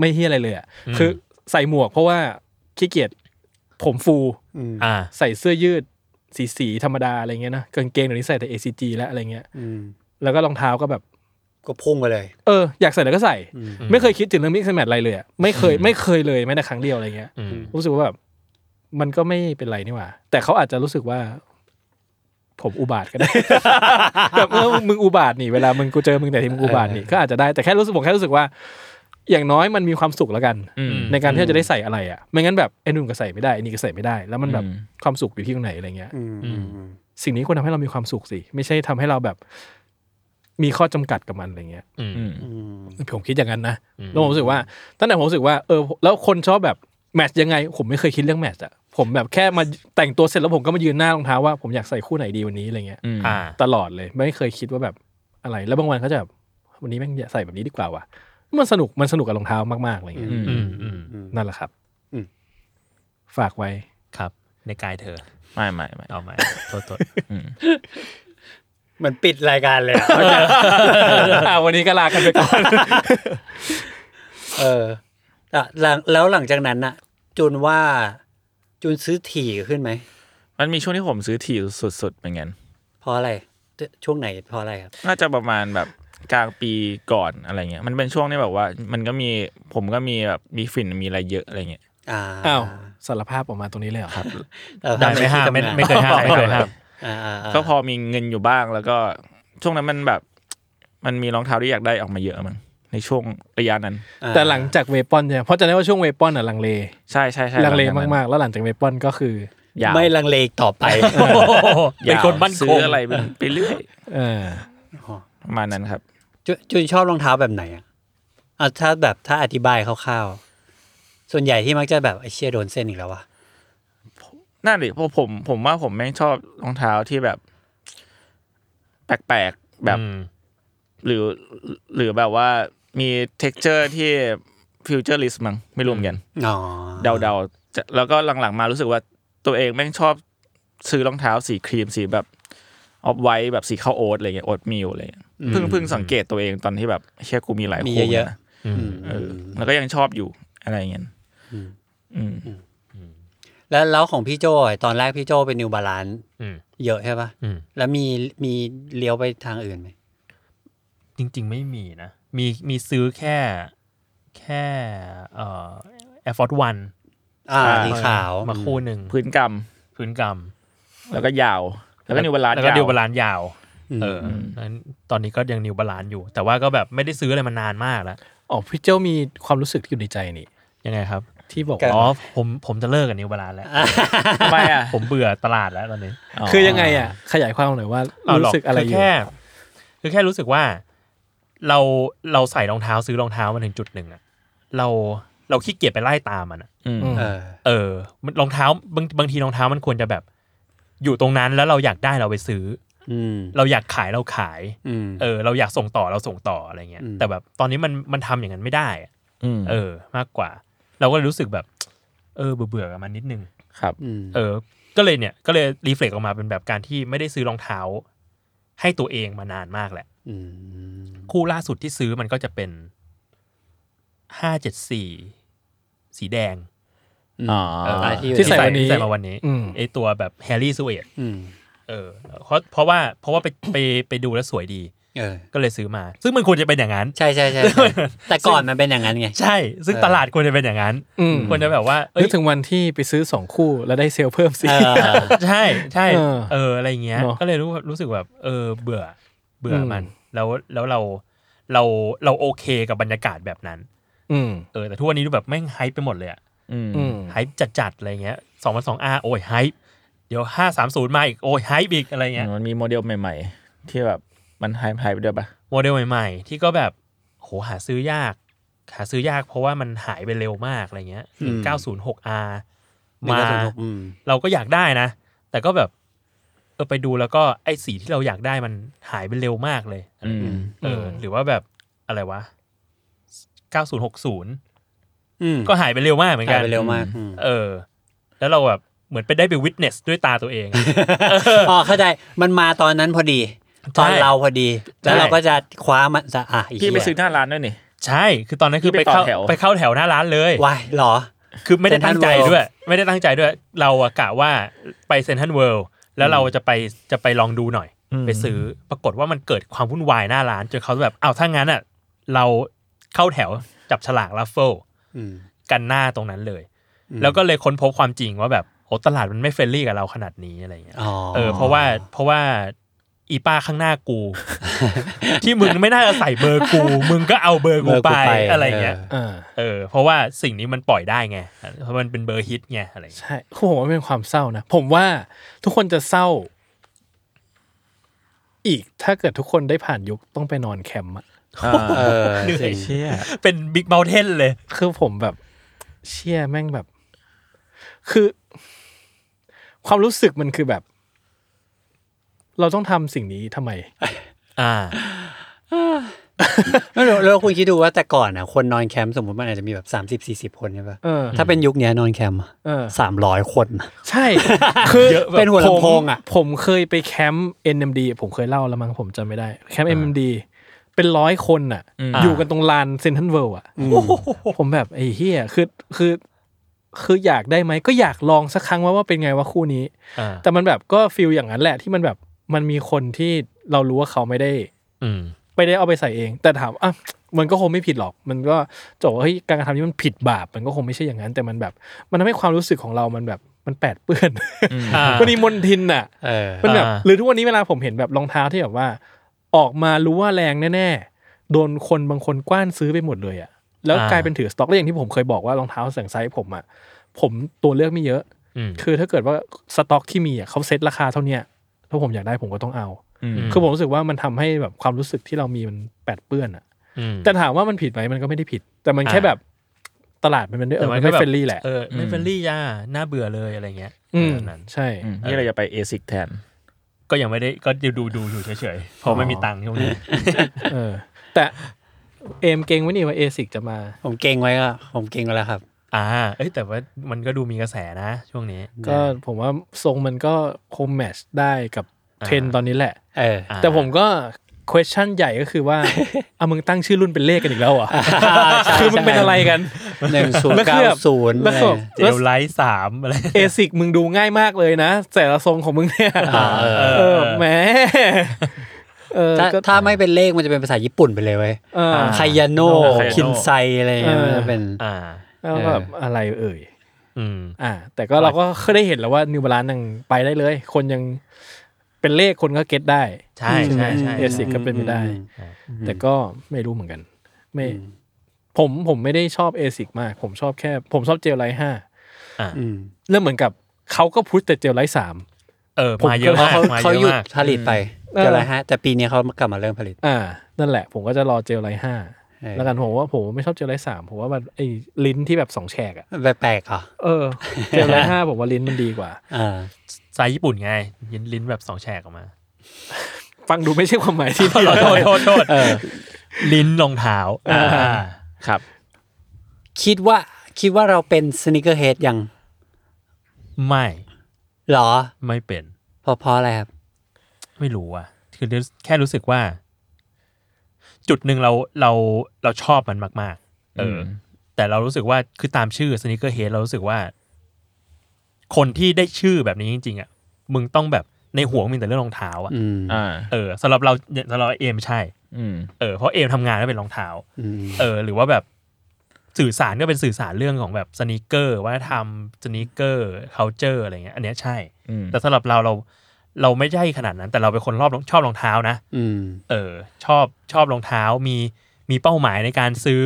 [SPEAKER 3] ไม่เฮี้ยอะไรเลยอะคือใส่หมวกเพราะว่าขี้เกียจผมฟู
[SPEAKER 4] อ่า
[SPEAKER 3] ใส่เสื้อยืดสีสีๆธรรมดาอะไรเงี้ยนะกางเกงเดี๋ยวนี้ใส่แต่ ACG แล้วอะไรเงี้ย
[SPEAKER 2] อืม
[SPEAKER 3] แล้วก็รองเท้าก็แบบ
[SPEAKER 2] ก็พุ่งไปเลย
[SPEAKER 3] เออ อยากใส่แล้วก็ใส่ ไม่เคยคิดถึงเรื่องมิกซ์แมทอะไรเลยอะไม่เคยไม่เคยเลยแม้แต่ครั้งเดียวอะไรเงี้ย
[SPEAKER 4] อืม
[SPEAKER 3] รู้สึกว่าแบบมันก็ไม่เป็นไรนี่หว่า แต่เขาอาจจะรู้สึกว่า ผมอุบาทก็ได้ แบบเออมึงอุบาทนี่เวลามึงกูเจอมึงแต่ที่มึงอุบาทนี่ก็อาจจะได้แต่แค่รู้สึกผมแค่รู้สึกว่า อย่างน้อยมันมีความสุขแล้วกัน
[SPEAKER 5] อืม
[SPEAKER 3] ในการที่เราจะได้ใส่อะไรอ่ะไม่งั้นแบบไอ้นุ่นก็ใส่ไม่ได้ไอ้นี่ก็ใส่ไม่ได้ แล้วมันแบบ
[SPEAKER 5] อืม
[SPEAKER 3] ความสุขอยู่ที่ตรงไหนอะไรเงี้ย
[SPEAKER 2] อืมอืมอืม
[SPEAKER 3] สิ่งนี้ควรทำให้เรามีความสุขสิ ไม่ใช่ทำให้เราแบบ มีข้อจำกัดกับมันอะไรเงี้ย
[SPEAKER 5] อืม
[SPEAKER 2] อืม
[SPEAKER 3] ผมคิดอย่างนั้นนะแล้วผมรู้สึกว่าตั้งแต่ผมรู้สึกว่าเออ แล้วคนชอบแบบ แมทช์ยังไง ผมไม่เคยคิดเรื่องแมทช์อะผมแบบแค่มาแต่งตัวเสร็จแล้วผมก็มายืนหน้ารองเท้าว่าผมอยากใส่คู่ไหนดีวันนี้อะไรเงี้ย
[SPEAKER 5] อืม
[SPEAKER 4] อ่า
[SPEAKER 3] ตลอดเลยไม่เคยคิดว่าแบบอะไร แล้วบางวันเขาจะแบบวันนี้แม่งอยากใส่แบบนี้ดีกว่าว่ะมันสนุกมันสนุกกับรองเท้ามากๆอะไรเงี้ย
[SPEAKER 5] อืม
[SPEAKER 4] อืมอืม
[SPEAKER 3] นั่นแหละครับ
[SPEAKER 2] อืม
[SPEAKER 3] ฝากไว้
[SPEAKER 4] ครับ ในกายเธอ
[SPEAKER 5] ไม่ไม่ไม่
[SPEAKER 4] เอาไหมโทษโทษ
[SPEAKER 2] เหมือนปิดรายการเลยอะ
[SPEAKER 3] อ่ะวันนี้ก็ลากันไปก่อน
[SPEAKER 2] เอออ่ะหลังแล้วหลังจากนั้นน่ะ จูนว่า จูนซื้อถี่ขึ้นไหม
[SPEAKER 5] มันมีช่วงที่ผมซื้อถี่สุดๆเหมือนกัน
[SPEAKER 2] เพราะอะไรช่วงไหนเพราะอะไรครับ
[SPEAKER 5] น่าจะประมาณแบบกลางปีก่อนอะไรเงี้ย มันเป็นช่วงที่แบบว่า มันก็มีผมก็มีแบบมีฝิ่นมีอะไรเยอะอะไรเงี้ย
[SPEAKER 2] อ่า
[SPEAKER 3] อ้าวสารภาพออกมาตรงนี้เลยเหรอครับ
[SPEAKER 2] เรา
[SPEAKER 4] ได้
[SPEAKER 2] ทำ
[SPEAKER 4] ไม่ห้ามไม่
[SPEAKER 2] ที่ทำงน
[SPEAKER 4] ไม่เคยห้ามไม่เคยห้าม
[SPEAKER 2] อ่าาา
[SPEAKER 5] ก็พอมีเงินอยู่บ้างแล้วก็ช่วงนั้นมันแบบ มันมีรองเท้าที่อยากได้ออกมาเยอะมั้งในช่วงระยะนั้น
[SPEAKER 2] อ่า
[SPEAKER 3] แต่หลังจากเวปอนเนี่ยเพราะจะได้ว่าช่วงเวปอนอ่ะลังเล
[SPEAKER 5] ใช่ใช่ใช่
[SPEAKER 3] ลังเล
[SPEAKER 5] หจนั้น
[SPEAKER 3] มากๆ แล้วหลังจากเวปอนก็คือ
[SPEAKER 5] ยาว
[SPEAKER 2] ไม่ลังเลอีกต่อไป
[SPEAKER 4] เป็นคนบ้าน
[SPEAKER 5] ซื้
[SPEAKER 4] ค
[SPEAKER 5] อง อะไรไปไปเรื่อย
[SPEAKER 3] เออ
[SPEAKER 5] ประมาณนั้นครับ
[SPEAKER 2] จูจูนชอบรองเท้าแบบไหนอ่ะอ่ะถ้าแบบถ้าอธิบายคร่าวๆ ส่วนใหญ่ที่มักจะแบบไอเชี่ยโดนเส้นอีกแล้ววะ
[SPEAKER 5] นั่นดิเพราะผมผมว่าผมแม่งชอบรองเท้าที่แบบ แปลกๆแบบ
[SPEAKER 4] อืม
[SPEAKER 5] หรือหรือแบบว่ามี t e x t อร์ที่ฟิวเจอร์ลิสมั้งไม่รวมอนกัน
[SPEAKER 2] อ๋อ
[SPEAKER 5] เดาๆจะแล้วก็หลังๆมารู้สึกว่าตัวเองแม่งชอบซื้อรองเท้าสีครีมสีแบบออฟไวท์แบบสีข้าวโอ๊ตอะไรเงี้ยโอ๊ตมิลอะไรเงี้ยเพิ่งเพิ่งสังเกตตัวเองตอนที่แบบเชี่ยกูมีหลาย
[SPEAKER 2] มี
[SPEAKER 5] คู่
[SPEAKER 2] เย
[SPEAKER 5] เนี่
[SPEAKER 2] อะ
[SPEAKER 5] ยนะ
[SPEAKER 2] ๆอืม
[SPEAKER 5] เออแล้วก็ยังชอบอยู่อะไรเงี้ยอืม
[SPEAKER 2] แล้วแล้วของพี่โจอ่ะตอนแรกพี่โจเป็นนิวบาลาน
[SPEAKER 4] อืม
[SPEAKER 2] เยอะใช่ปะ
[SPEAKER 4] อืม
[SPEAKER 2] แล้วมีมีเลี้ยวไปทางอื่นไหม
[SPEAKER 4] จริง ๆ ไม่มีนะ มีมีซื้อแค่แค่เอ่อ Air Force One
[SPEAKER 2] อ่า
[SPEAKER 5] อ่า
[SPEAKER 2] สีขาว
[SPEAKER 4] มาคู่หนึ่ง
[SPEAKER 5] พื้นกรรม
[SPEAKER 4] พื้นกรรม
[SPEAKER 5] แล้วก็ยาว แล้วก็นิวบาลาน
[SPEAKER 4] แล้วก็
[SPEAKER 5] ยาว
[SPEAKER 4] นิวบาลานยาว เออ
[SPEAKER 2] ม
[SPEAKER 4] อนั้นตอนนี้ก็ยังนิวบาลานอยู่ แต่ว่าก็แบบไม่ได้ซื้ออะไรมานานมากแล้ว
[SPEAKER 3] อ๋อพี่เจ้ามีความรู้สึกอยู่ในใจนี่
[SPEAKER 4] ยังไงครับ
[SPEAKER 3] ที่บอก
[SPEAKER 4] อ๋อ
[SPEAKER 3] ว่า
[SPEAKER 4] ผมผมจะเลิกกับนิวบาลานแล้ว
[SPEAKER 5] ทำไมอ่ะ
[SPEAKER 4] ผมเบื่อตลาดแล้วตอนนี้
[SPEAKER 3] คือยังไงอ่ะ ขยายความหน่อยว่า
[SPEAKER 4] เอา ห
[SPEAKER 3] รู้
[SPEAKER 4] รอก
[SPEAKER 3] สึกอะไรอยู่
[SPEAKER 4] คือแค่คือแค่รู้สึกว่า เราเราใส่รองเท้าซื้อรองเท้ามาถึงจุดหนึ่งอะเราเราขี้เกียจไปไล่ตามมันอะ
[SPEAKER 5] อืม
[SPEAKER 2] เออ
[SPEAKER 4] เออมันรองเท้าบางบางทีรองเท้ามันควรจะแบบ อยู่ตรงนั้นแล้วเราอยากได้เราไปซื้อ
[SPEAKER 2] อืม
[SPEAKER 4] เราอยากขายเราขาย
[SPEAKER 2] อืม
[SPEAKER 4] เออ เราอยากส่งต่อเราส่งต่ออะไรเงี้ย
[SPEAKER 2] อืม
[SPEAKER 4] แต่แบบตอนนี้มันมันทำอย่างนั้นไม่ได้อะ
[SPEAKER 5] อืม
[SPEAKER 4] เออ มากกว่า เราก็เลยรู้สึกแบบ เออเบื่อเบื่อกับมันนิดนึง
[SPEAKER 5] ครับ
[SPEAKER 2] ม
[SPEAKER 4] เออ ก็เลยเนี่ย ก็เลยรีเฟล็กออกมาเป็นแบบการที่ไม่ได้ซื้อรองเท้า ให้ตัวเองมานานมากแหละ
[SPEAKER 2] อืม
[SPEAKER 4] คู่ล่าสุดที่ซื้อมันก็จะเป็นห้าเจ็ดสี่สีแดง
[SPEAKER 5] อ๋อ
[SPEAKER 4] เออ
[SPEAKER 2] ที่อยู่
[SPEAKER 3] ที่ใส่วันนี้
[SPEAKER 4] ใส่มาวันนี้
[SPEAKER 3] อืม
[SPEAKER 4] ไอตัวแบบแฮร์รี่สเวด
[SPEAKER 2] อืม
[SPEAKER 4] เออเพราะเพราะว่าเพราะว่าไปไปไปดูแล้วสวยดี
[SPEAKER 2] เออ
[SPEAKER 4] ก็เลยซื้อมา ซึ่งมันควรจะเป็นอย่างนั้น
[SPEAKER 2] ใช่ใช่ใช่ใช่แต่ก่อนมันเป็นอย่างนั้นไง
[SPEAKER 4] ใช่ ซึ่งตลาดควรจะเป็นอย่างนั้น
[SPEAKER 3] อืม
[SPEAKER 4] ควรจะแบบว่าเอ้
[SPEAKER 3] นึ
[SPEAKER 4] ย
[SPEAKER 3] กถึงวันที่ไปซื้อสองคู่แล้วได้เซลล์เพิ่มสิ
[SPEAKER 2] เออ
[SPEAKER 4] ใช่ใช่
[SPEAKER 3] เออ
[SPEAKER 4] เอออะไรอย่างเงี้ย
[SPEAKER 3] เนอะ
[SPEAKER 4] ก็เลยรู้รู้สึกแบบ เออ เบื่อ เบื่ออ
[SPEAKER 3] ม
[SPEAKER 4] มัน แล้วแล้วเราเราเราโอเคกับบรรยากาศแบบนั้น
[SPEAKER 3] อืม
[SPEAKER 4] เออแต่ทุกวันนี้ดูแบบแม่งไฮป์ไปหมดเลยอะ
[SPEAKER 5] อืม
[SPEAKER 3] อืม
[SPEAKER 4] ไฮป์จัดๆอะไรเงี้ยสองพันสองอาโอ้ยไฮป์เดี๋ยวห้าสามศูนย์มาอีก โอ้ยไฮป์อีกอะไรเงี้ย
[SPEAKER 5] มันมีโมเดลใหม่ ๆ ที่แบบมันหายหายไปด้วยปะ
[SPEAKER 4] โมเดลใหม่ๆ ที่ก็แบบ โหหาซื้อยาก หาซื้อยากเพราะว่ามันหายไปเร็วมากอะไรเงี้ย
[SPEAKER 2] อืม
[SPEAKER 4] เก้าศูนย์หกอา
[SPEAKER 2] มา
[SPEAKER 4] มา
[SPEAKER 2] อืม
[SPEAKER 4] เราก็อยากได้นะ แต่ก็แบบเออไปดูแล้วก็ไอ้สีที่เราอยากได้มันหายไปเร็วมากเลย
[SPEAKER 5] อืม
[SPEAKER 4] เออหรือว่าแบบอะไรวะเก้าศูนย์หกศูนย์
[SPEAKER 2] อืม
[SPEAKER 4] ก็หายไปเร็วมากเหมือน
[SPEAKER 2] กลา
[SPEAKER 4] กั
[SPEAKER 2] ย
[SPEAKER 4] น
[SPEAKER 2] ไปเร็วมากม
[SPEAKER 4] เออ แล้วเราแบบเหมือนไปได้ไปวิทเนสด้วยตาตัวเอง
[SPEAKER 2] อ๋อเข้าใจมันมาตอนนั้นพอดี ตอนเราพอดี แล้วเราก็จะคว้ามันจะอ่ะอ้เหี้
[SPEAKER 5] พี่
[SPEAKER 2] ย
[SPEAKER 5] ไปซื้อหน้าร้านด้วยนี่
[SPEAKER 4] ใช่ คือตอนนั้นคือไป
[SPEAKER 5] ที่ไป
[SPEAKER 4] เข้า
[SPEAKER 5] ต่อแถว
[SPEAKER 4] ไปเข้าแถวหน้าร้านเลย
[SPEAKER 2] วายเหรอ
[SPEAKER 4] คือไม่ได้ตั้งใจ
[SPEAKER 2] Central World
[SPEAKER 4] ด้วย ไม่ได้ตั้งใจด้วย เราอะกะว่าไปเซนทันเวิลด์แล้วเราจะไปจะไปลองดูหน่อย ไปซื้อ ปรากฏว่ามันเกิดความวุ่นวายหน้าร้านจนเขาแบบ เอาวถ้างั้นอะเราเข้าแถวจับฉลากลัฟเฟิล
[SPEAKER 2] อืม
[SPEAKER 4] กันหน้าตรงนั้นเลย แล้วก็เลยค้นพบความจริงว่าแบบโอ้ตลาดมันไม่เฟรนลี่กับเราขนาดนี้อะไรอย่างเงี้ย
[SPEAKER 2] อ๋อ
[SPEAKER 4] เออเพราะว่าเพราะว่าอีป้าข้างหน้ากู ที่มึงไม่น่าจะใส่เบอร์กู มึงก็เอาเบอร์กูไปอะไรเงี้ย
[SPEAKER 3] อ่า
[SPEAKER 4] เออเพราะว่าสิ่งนี้มันปล่อยได้ไงเพราะมันเป็นเบอร์ฮิตไงอะไรเงี้ ย
[SPEAKER 3] ใช่ผมว่ามันเป็นความเศร้านะ ผมว่าทุกคนจะเศร้า อีกถ้าเกิดทุกคนได้ผ่านยุคต้องไปนอนแคมป์อะ
[SPEAKER 2] เออ
[SPEAKER 4] เหนื่อย
[SPEAKER 5] เชี่ย
[SPEAKER 4] เป็นบิ๊กเ t ลเทนเลย
[SPEAKER 3] คือผมแบบเชี่ยแม่งแบบ คือ ความรู้สึกมันคือแบบ เราต้องทำสิ่งนี้ทำไม
[SPEAKER 4] อ่า
[SPEAKER 2] แล้วแล้วคุณคิดดูว่าแต่ก่อนอ่ะคนนอนแคมป์สมมติมันอาจจะมีแบบสามสิบสี่สิบคนใช่ปะ
[SPEAKER 3] เออ
[SPEAKER 2] ถ้าเป็นยุคเนี้ยนอนแคมป์อะ
[SPEAKER 3] เออ
[SPEAKER 2] สามร้อยคน
[SPEAKER 3] ใช่ คือ
[SPEAKER 2] เยอะแบบเป็นหัวลำโพงอะ
[SPEAKER 3] ผมผมเคยไปแคมป์ NMD ผมเคยเล่าแล้วมั้งผมจำไม่ได้ แคมป์ NMD เป็นร้อยคนอ่ะ อยู่กันตรงลานเซนทันเวิลด์อ่ะผมแบบไอ้เฮียคือคือ คืออยากได้ไหม ก็อยากลองสักครั้งว่าว่าเป็นไงว่าคู่นี้
[SPEAKER 4] อ่า
[SPEAKER 3] แต่มันแบบก็ฟิลอย่างนั้นแหละที่มันแบบมันมีคนที่เรารู้ว่าเขาไม่ได้
[SPEAKER 4] อืม
[SPEAKER 3] ไม่ได้เอาไปใส่เอง แต่ถามอ่ะมันก็คงไม่ผิดหรอก มันก็จะบอกว่าเฮ้ยการกระทำนี้มันผิดบาป มันก็คงไม่ใช่อย่างนั้น แต่มันแบบ มันทำให้ความรู้สึกของเรามันแบบมันแปดเปื้อน
[SPEAKER 4] อ่า
[SPEAKER 3] มันมีมนทินอ่ะ
[SPEAKER 2] เออ
[SPEAKER 3] มันแบบ
[SPEAKER 4] อ่า
[SPEAKER 3] หรือทุกวันนี้เวลาผมเห็นแบบรองเท้าที่แบบว่า ออกมารู้ว่าแรงแน่ๆโดนคนบางคนกว้านซื้อไปหมดเลยอ่ะแล้วกลายเป็นถือสต็อกแล้วอย่างที่ผมเคยบอกว่ารองเท้าสั่งไซส์ผมอ่ะผมตัวเลือกไม่เยอะ
[SPEAKER 4] อืม
[SPEAKER 3] คือถ้าเกิดว่าสต็อกที่มีอ่ะเขาเซ็ตราคาเท่าเนี้ยถ้าผมอยากได้ผมก็ต้องเอา
[SPEAKER 4] ม
[SPEAKER 3] คือผมรู้สึกว่ามันทำให้แบบความรู้สึกที่เรามีมันแปดเปื้อนอ่ะ
[SPEAKER 4] อืม
[SPEAKER 3] แต่ถามว่ามันผิดไหมมันก็ไม่ได้ผิด แต่มันแค่
[SPEAKER 4] อ่า
[SPEAKER 3] แบบตลาดมันเป็นด้วยเออมันไม่
[SPEAKER 4] บบ
[SPEAKER 3] เฟรนลี่แหละ
[SPEAKER 4] เออไม่เฟรนลี่ย่าน่าเบื่อเลยอะไรเงี้ย
[SPEAKER 3] อืม
[SPEAKER 4] แบบนั้น
[SPEAKER 3] ใช่
[SPEAKER 5] อืมนี่เราจะไปเอซิกแทน
[SPEAKER 4] ก็ยังไม่ได้ก็ดูดูดูอยู่เฉยๆเพราะไม่มีตังค์ช่วงนี้
[SPEAKER 3] เออ แต่เอมเก่งไว้นี่ว่าเอซิกจะมา
[SPEAKER 2] ผมเก่งไว้ก็ผมเก่งไว้แล้วครับ
[SPEAKER 4] อ่า เอ้ยแต่ว่ามันก็ดูมีกระแสนะ ช่วงนี้
[SPEAKER 3] ก็ผมว่าทรงมันก็คงแมทชได้กับเทรนด์ตอนนี้แหละ
[SPEAKER 2] เออ
[SPEAKER 4] อ่า
[SPEAKER 3] แต่ผมก็ question ใหญ่ก็คือว่า เอามึงตั้งชื่อรุ่นเป็นเลขกันอีกแล้วเหรอ่ะ
[SPEAKER 2] ใช่
[SPEAKER 3] คือมึงเป็นอะไรกัน
[SPEAKER 2] หนึ่งศูนย์เก้าศูนย์
[SPEAKER 3] แล้วคือแบบ
[SPEAKER 4] เจลไลท์สามอะไร
[SPEAKER 3] เอซิกมึงดูง่ายมากเลยนะแต่ละทรงของมึงเนี่ยเออแหมเออ
[SPEAKER 2] ถ้า
[SPEAKER 3] ก็
[SPEAKER 2] ถ้าไม่เป็นเลขมันจะเป็นภาษาญี่ปุ่นไปเลยเว้ย
[SPEAKER 3] เออ
[SPEAKER 4] อ่า
[SPEAKER 2] คายาโน
[SPEAKER 5] อ่า Kayano
[SPEAKER 2] คินไซอะไรเงี้ย
[SPEAKER 3] เออ
[SPEAKER 2] มันจะเป็น
[SPEAKER 4] อ่า
[SPEAKER 3] แล้วก็แบบอะไรเอ่ย
[SPEAKER 4] อืม
[SPEAKER 3] อ่า แต่ก็เราก็เคยได้เห็นแล้วว่านิวบาลานยังไปได้เลย คนยังเป็นเลขคนก็เก็ตได้
[SPEAKER 4] ใช่ใช่ใช่
[SPEAKER 3] เอซิกก็เป็นไปได้
[SPEAKER 2] อืม
[SPEAKER 3] แต่ก็ไม่รู้เหมือนกัน ไม่ ผมผมไม่ได้ชอบเอซิกมาก ผมชอบแค่ ผมชอบเจลไลท์ห้า
[SPEAKER 2] อืม
[SPEAKER 3] เริ่มเหมือนกับเขาก็พุชแต่เจลไลท์สาม
[SPEAKER 4] เออมาเย
[SPEAKER 2] เพ
[SPEAKER 4] อะ
[SPEAKER 2] ราะ
[SPEAKER 4] มาก
[SPEAKER 2] เขา
[SPEAKER 4] มา
[SPEAKER 2] เขาห
[SPEAKER 4] เยอะ
[SPEAKER 2] ยุด
[SPEAKER 4] มาก
[SPEAKER 2] ผลิตไป
[SPEAKER 3] เออ
[SPEAKER 2] เจอแล้วฮะ แต่ปีนี้เขากลับมาเริ่มผลิต
[SPEAKER 3] อ่า นั่นแหละ ผมก็จะรอเจลไลท์ห้า
[SPEAKER 2] เออ
[SPEAKER 3] แล้วกันผมว่าผมไม่ชอบเจลไลท์สามผมว่ามันไอ้ลิ้นที่แบบสองแฉกอะ
[SPEAKER 2] แปลกๆเหรอ่ะ
[SPEAKER 3] เออเจลไลท์ห้าผม ว่าลิ้นมันดีกว่า
[SPEAKER 2] อ่า
[SPEAKER 4] สายญี่ปุ่นไงยินลิ้นแบบสองแฉกออกมา
[SPEAKER 3] ฟังดูไม่ใช่ความหมายที่ ดี
[SPEAKER 4] โทษโทษโทษลิ้นรองเท้าอ่า
[SPEAKER 5] ครับ
[SPEAKER 2] คิดว่าคิดว่าเราเป็นสนิเกอร์เฮดยัง
[SPEAKER 4] ไม่
[SPEAKER 2] เหรอ
[SPEAKER 4] ไม่เป็น
[SPEAKER 2] เพราะเพราะอะไรครับ
[SPEAKER 4] ไม่รู้อ่ะ คือแค่รู้สึกว่า จุดหนึ่งเราเราเราชอบมันมาก ๆ เอออ
[SPEAKER 5] ม
[SPEAKER 4] แต่เรารู้สึกว่าคือตามชื่อสนิเกอร์เฮดเรารู้สึกว่า คนที่ได้ชื่อแบบนี้จริง ๆ อ่ะ มึงต้องแบบในหัวมึงมีแต่เรื่องรองเท้าอ่ะ
[SPEAKER 2] อืม
[SPEAKER 5] อ่า
[SPEAKER 4] เออสำหรับเราสำหรับเอมใช่
[SPEAKER 5] อืม
[SPEAKER 4] เออเพราะเอมทำงานแล้วเป็นรองเท้า
[SPEAKER 2] อืม
[SPEAKER 4] เออ หรือว่าแบบสื่อสารก็เป็นสื่อสารเรื่องของแบบสนิเกอร์วัฒนธรรมสนิเกอร์เคาเจอร์อะไรเงี้ยอันเนี้ยใช่
[SPEAKER 5] อืม
[SPEAKER 4] แต่สำหรับเราเราเราไม่ใช่ขนาดนั้น แต่เราเป็นคนรอบชอบรองเท้านะ
[SPEAKER 2] อืม
[SPEAKER 4] เออชอบชอบรองเท้ามีมีเป้าหมายในการซื้อ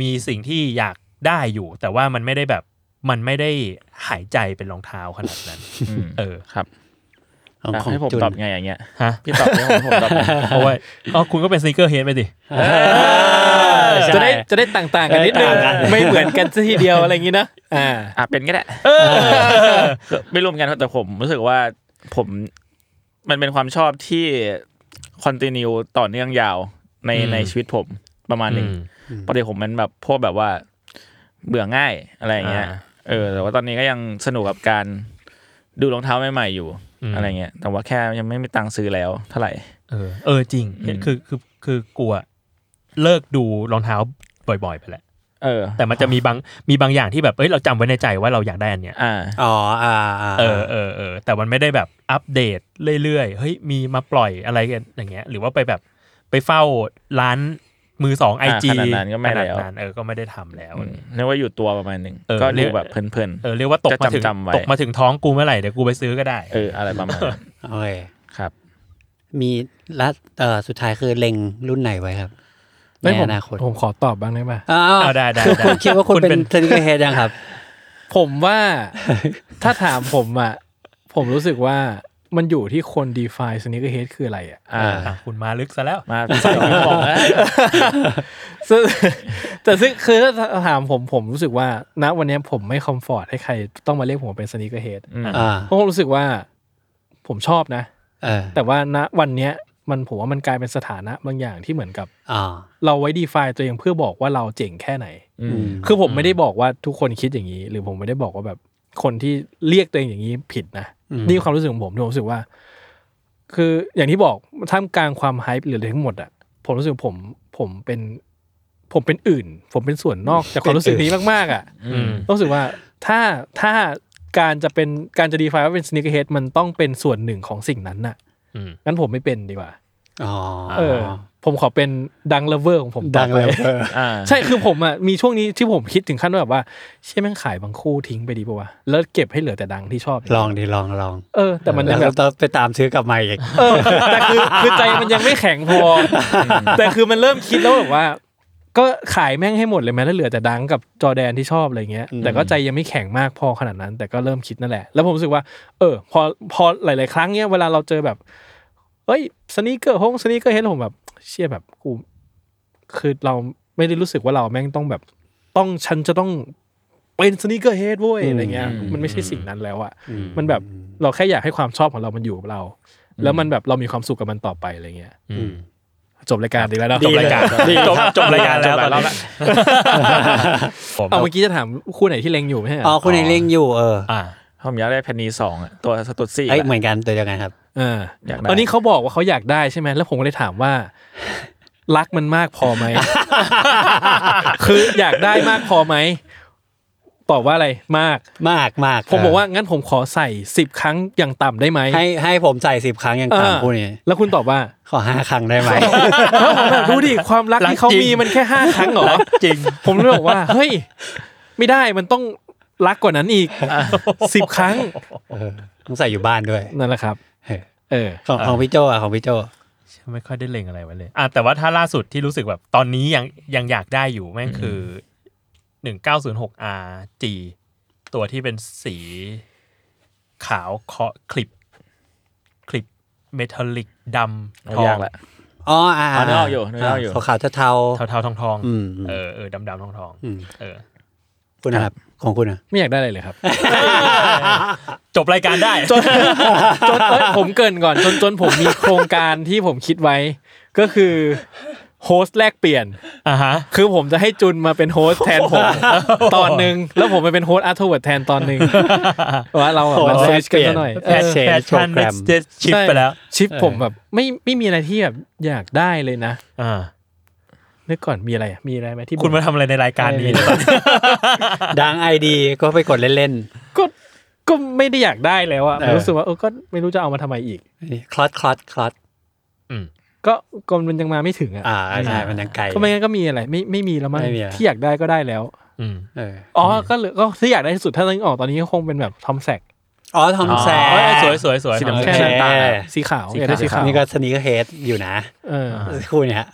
[SPEAKER 4] มีสิ่งที่อยากได้อยู่ แต่ว่ามันไม่ได้แบบมันไม่ได้หายใจเป็นรองเท้าขนาดนั้น
[SPEAKER 5] อืม
[SPEAKER 4] เออ
[SPEAKER 5] ครับ
[SPEAKER 2] ของ
[SPEAKER 5] อ่ะ
[SPEAKER 2] ของ
[SPEAKER 5] ให้ผม
[SPEAKER 2] จุน
[SPEAKER 5] ตอบไงอย่างเงี้ย
[SPEAKER 4] ฮะ
[SPEAKER 5] พี่ตอบให้ผมผมตอบ ไง
[SPEAKER 4] เพราะว่าอ๋อคุณก็เป็นสนิเกอร์เฮดไปสิ
[SPEAKER 2] ใช่
[SPEAKER 3] จะได้จะได้ต่างๆกันนิดนึง
[SPEAKER 2] เออต่างกัน
[SPEAKER 3] ไม่เหมือนกันซะทีเดียวอะไรอย่างนี้นะอ่า
[SPEAKER 5] อ่ะเป็นก็ได้ไม่รวมกันครับแต่ผมรู้สึกว่าผมมันเป็นความชอบที่คอนติเนียต่อเนื่องยาวใน
[SPEAKER 4] อืม
[SPEAKER 5] ในชีวิตผมประมาณหนึ่งปกติผมมันแบบพวกแบบว่าเบื่อง่ายอะไรอย่างเงี้ยเออแต่ว่าตอนนี้ก็ยังสนุกกับการดูรองเท้าใหม่ๆอยู่อะไรเงี้ยแต่ว่าแค่ยังไม่มีตังค์ซื้อแล้วเท่าไหร่
[SPEAKER 4] เออเออจริง
[SPEAKER 5] อืม
[SPEAKER 4] คือคือคือกลัวเลิกดูรองเท้าบ่อยๆ ไปแล้ว
[SPEAKER 5] เออ
[SPEAKER 4] แต่มันจะมีบางมีบางอย่างที่แบบเอ้ยเราจำไว้ในใจว่าเราอยากได้อันเนี้ย
[SPEAKER 5] อ่า
[SPEAKER 2] อ๋ออ่าอ่า
[SPEAKER 4] เออเออเออแต่มันไม่ได้แบบอัปเดตเรื่อยๆ เฮ้ย มีมาปล่อยอะไรกันอย่างเงี้ย หรือว่าไปแบบไปเฝ้าร้านมือสองไอ
[SPEAKER 5] อ่ะ
[SPEAKER 4] จี
[SPEAKER 5] ขนาดนั้นก็ไม่แล้ว
[SPEAKER 4] เออก็ไม่ได้ทำแล้ว
[SPEAKER 5] เรียกว่าอยู่ตัวประมาณหนึ่ง
[SPEAKER 4] เออ
[SPEAKER 5] ก็
[SPEAKER 4] เรี
[SPEAKER 5] ดู
[SPEAKER 4] ยก
[SPEAKER 5] แบบเพลิน
[SPEAKER 4] เออเรียกว่าตกมาถึง
[SPEAKER 5] จะจำๆไว้
[SPEAKER 4] ตกมาถึงท้องกูเมื่อไหร่เดี๋ยวกูไปซื้อก็ได้
[SPEAKER 5] ๆเอออะไรประมาณนั้น
[SPEAKER 2] โอเค
[SPEAKER 5] ครับ
[SPEAKER 2] มีและเอ่อสุดท้ายคือเล็งรุ่นไหนไว้ครับใน
[SPEAKER 3] เฮ้ยผม
[SPEAKER 2] อนาคต
[SPEAKER 3] ผมขอตอบบ้างได้ป่ะ
[SPEAKER 2] อ้า
[SPEAKER 4] เอา
[SPEAKER 2] ว
[SPEAKER 4] ได้ได้
[SPEAKER 2] คือ
[SPEAKER 4] ได้
[SPEAKER 2] คุณคิดว่าคุณ
[SPEAKER 4] คุณเป็
[SPEAKER 2] เป็น นสนิเกอร์เฮดยังครับ
[SPEAKER 3] ผมว่า ถ้าถามผมอ่ะ ผมรู้สึกว่า มันอยู่ที่คน define sneaker head คืออะไรอ่ะ
[SPEAKER 5] อ่า
[SPEAKER 4] อ่ะคุณมาลึกซะแล้ว
[SPEAKER 5] มาใส่กระบอกนะ
[SPEAKER 3] ซึ่ง แต่ซึ่งคือถ้าถามผมผมรู้สึกว่าณวันเนี้ยผมไม่คอมฟอร์ตให้ใครต้องมาเรียกผมว่าเป็นสนิเกอร์เฮด
[SPEAKER 5] อืม
[SPEAKER 2] อ่า
[SPEAKER 3] เพราะผมรู้สึกว่าผมชอบนะ
[SPEAKER 2] เออ
[SPEAKER 3] แต่ว่าณวันเนี้ยมันผมว่ามันกลายเป็นสถานะบางอย่างที่เหมือนกับ
[SPEAKER 2] อ่า
[SPEAKER 3] เราไว้ดีฟายตัวเองเพื่อบอกว่าเราเจ๋งแค่ไหน
[SPEAKER 2] อืม
[SPEAKER 3] คือผมไม่ได้บอกว่าทุกคนคิดอย่างนี้ หรือผมไม่ได้บอกว่าแบบคนที่เรียกตัวเองอย่างนี้ผิดนะ นี่คือความรู้สึกของผมที่ผมรู้สึกว่า คืออย่างที่บอกท่ามกลางความไฮป์หรืออะไรทั้งหมดอะผมรู้สึกผมผมเป็น ผมเป็นอื่น ผมเป็นส่วนนอกจากความรู้สึกนี้มากๆอะ
[SPEAKER 4] อืม
[SPEAKER 3] รู้สึกว่าถ้าถ้าการจะเป็นการจะดีไฟว่าเป็นสนิเกอร์เฮดมันต้องเป็นส่วนหนึ่งของสิ่งนั้นน่ะ
[SPEAKER 4] อืม
[SPEAKER 3] งั้นผมไม่เป็นดีกว่า
[SPEAKER 2] อ๋อ
[SPEAKER 3] เออ ผมขอเป็นดังเลเวอร์ของผมต่
[SPEAKER 2] ดั
[SPEAKER 3] อง ไป
[SPEAKER 2] เลยเออ
[SPEAKER 5] อ่า
[SPEAKER 3] ใช่คือผมอ่ะมีช่วงนี้ที่ผมคิดถึงขั้นว่าแบบว่าเชี่ยแม่งขายบางคู่ทิ้งไปดีป่าวะแล้วเก็บให้เหลือแต่ดังที่ชอบ
[SPEAKER 2] ลองดิลองลอง
[SPEAKER 3] เออแต่มันยัง
[SPEAKER 2] เออ
[SPEAKER 3] แบ
[SPEAKER 2] เรา
[SPEAKER 3] บ
[SPEAKER 2] ต้องไปตามซื้อกลับมาอีก
[SPEAKER 3] เออแต่คือคือใจมันยังไม่แข็งพออแต่คือมันเริ่มคิดแล้วแบบว่า ก็ขายแม่งให้หมดเลยไหมแล้วเหลือแต่ดังกับจอแดนที่ชอบอะไรเงี้ย
[SPEAKER 2] อืม
[SPEAKER 3] แต่ก็ใจยังไม่แข็งมากพอขนาดนั้น แต่ก็เริ่มคิดนั่นแหละ แล้วผมรู้สึกว่า เออ พอพอหลาย ๆ ครั้งเนี้ยเวลาเราเจอแบบเฮ้ยสนเกอร์ฮงสนเกอร์เฮดผมแบบ เชี่ยแบบกู คือเราไม่ได้รู้สึกว่าเราแม่งต้องแบบ ต้องฉันจะต้องเป็นสนเกอร์เฮดเว้ยอะไรเงี้ย มันไม่ใช่สิ่งนั้นแล้วอะมันแบบเราแค่อยากให้ความชอบของเรามันอยู่กับเรา แล้วมันแบบเรามีความสุขกับมันต่อไปอะไรเงี้ยจบรายการดีแล้วเนาะ
[SPEAKER 4] จบรายการจบจบรายการแล้วตอนนี้ผม
[SPEAKER 3] เอาเมื่อกี้จะถามคู่ไหนที่เล็งอยู่ไม่ใช่เหร
[SPEAKER 2] อ๋อ
[SPEAKER 3] อ
[SPEAKER 2] คุณไอเล่งอยู่เออ
[SPEAKER 4] อ่ะ
[SPEAKER 5] ผมอยากได้แพนนีสองอะตัวสตุดซี่
[SPEAKER 2] เอ้ย
[SPEAKER 5] อะ
[SPEAKER 2] เหมือนกันตัวเดียวกันครับ
[SPEAKER 3] เออ
[SPEAKER 5] อยากได้
[SPEAKER 3] ตอนนี้เขาบอกว่าเขาอยากได้ใช่ไหมแล้วผมก็เลยถามว่า รักมันมากพอไหม คืออยากได้มากพอไหมตอบว่าอะไรมาก
[SPEAKER 2] มากมาก
[SPEAKER 3] ผม
[SPEAKER 2] เ
[SPEAKER 3] บอกว่างั้นผมขอใส่สิบครั้งอย่างต่ำได้ไหม
[SPEAKER 2] ให้ให้ผมใส่สิบครั้งอย่าง
[SPEAKER 3] เออ
[SPEAKER 2] ตามคู่นี้
[SPEAKER 3] แล้วคุณตอบว่า
[SPEAKER 2] ขอห้าครั้งได้ไหม
[SPEAKER 3] แล้วผมแบบดูดิความรักที่เขามีมันแค่ห้าครั้งเหรอจริง ผมเลยบอกว่า เฮ้ย ไม่ได้มันต้องรักกว่านั้นอีกสิบครั้ง
[SPEAKER 2] เออต้องใส่อยู่บ้านด้วย
[SPEAKER 3] นั่นแหละครับ
[SPEAKER 2] เออ
[SPEAKER 3] เออ
[SPEAKER 2] ของของพี่โจอ่ะของพี่โจ
[SPEAKER 4] ไม่ค่อยได้เล็งอะไรไว้เลยอ่ะแต่ว่าถ้าล่าสุดที่รู้สึกแบบตอนนี้ยังยังอยากได้อยู่แม่งคือ 1906RG ตัวที่เป็นสีขาวเคาะคลิป คลิปเมทัลลิกดำทอย
[SPEAKER 5] เอาาง กละ
[SPEAKER 2] อ๋ออ่า
[SPEAKER 5] อ๋อนึกออกอยู่นึกออกอยู่
[SPEAKER 2] ขาวๆเทา
[SPEAKER 4] เทาๆทองทองๆ
[SPEAKER 2] อืม
[SPEAKER 4] เออเออดำดำทองทองๆเออ
[SPEAKER 2] ๆคุณนะครับ ของคุณอ่ะ
[SPEAKER 3] ไม่อยากได้อะไรเลยครับ
[SPEAKER 4] จบรายการได้
[SPEAKER 3] จนจนเอ้ยผมเกรินก่อนจนจนผมมีโครงการที่ผมคิดไว้ ก็คือโฮสต์แลกเปลี่ยน
[SPEAKER 4] อ่าฮะ
[SPEAKER 3] คือผมจะให้จุนมาเป็นโฮสต์แทน ผม ตอนหนึ่งแล้วผมไปเป็นโฮสต์อาร์ทเวิร์ดแทนตอนหนึ่งว่าเราแบบมา
[SPEAKER 2] โฮสต์แลก
[SPEAKER 3] สวิช
[SPEAKER 2] เป
[SPEAKER 3] กัน
[SPEAKER 2] ลี่ยน
[SPEAKER 3] ซะหน่อย
[SPEAKER 4] แพช
[SPEAKER 2] เออ change
[SPEAKER 4] แพชชั่น
[SPEAKER 2] program
[SPEAKER 4] เป็นชิป
[SPEAKER 3] ใช่
[SPEAKER 4] ไปแล้ว
[SPEAKER 3] ชิปผมแบบไม่ไม่มีอะไรที่แบบอยากได้เลยนะ
[SPEAKER 4] อ่า
[SPEAKER 3] นึกก่อนมีอะไรอะมีอะไรไหมที่
[SPEAKER 4] คุณมาทำอะไรในรายการนี้เนี่ย
[SPEAKER 2] ดังไอดีก็ไปกดเล่น
[SPEAKER 3] ก็ก็ไม่ได้อยากได้แล้วอะ
[SPEAKER 2] เออ
[SPEAKER 3] มันรู้สึกว่าเออก็ไม่รู้จะเอามาทำไมอีก
[SPEAKER 2] ๆคลอดคลอดคลอด
[SPEAKER 3] ก็ก็มันยังมาไม่ถึงอะ
[SPEAKER 2] อ่าใช่มันยังไกล
[SPEAKER 3] ก็ไม่งั้นก็มีอะไรไม่ไม่มีแล้วมั้ง
[SPEAKER 2] ไม่มีอะ
[SPEAKER 3] ที่อยากได้ก็ได้แล้ว
[SPEAKER 4] อืม
[SPEAKER 2] เออ
[SPEAKER 3] อ๋อ ก็เหลือก็ที่อยากได้ที่สุดถ้าต้องออกตอนนี้ก็คงเป็นแบบทอมแซก
[SPEAKER 2] อ๋อทอมแซ
[SPEAKER 4] อ๋อสวยสวยสวย
[SPEAKER 5] สี
[SPEAKER 4] ทำ
[SPEAKER 5] ดำ
[SPEAKER 2] โอ
[SPEAKER 4] ให้
[SPEAKER 2] เค
[SPEAKER 5] แค่นั้นต่างอะ
[SPEAKER 3] สีขาวอยากได้สีขาว
[SPEAKER 2] นี่ก็สนีกเฮดอยู่นะ
[SPEAKER 3] เออ
[SPEAKER 2] คู่เนี้ย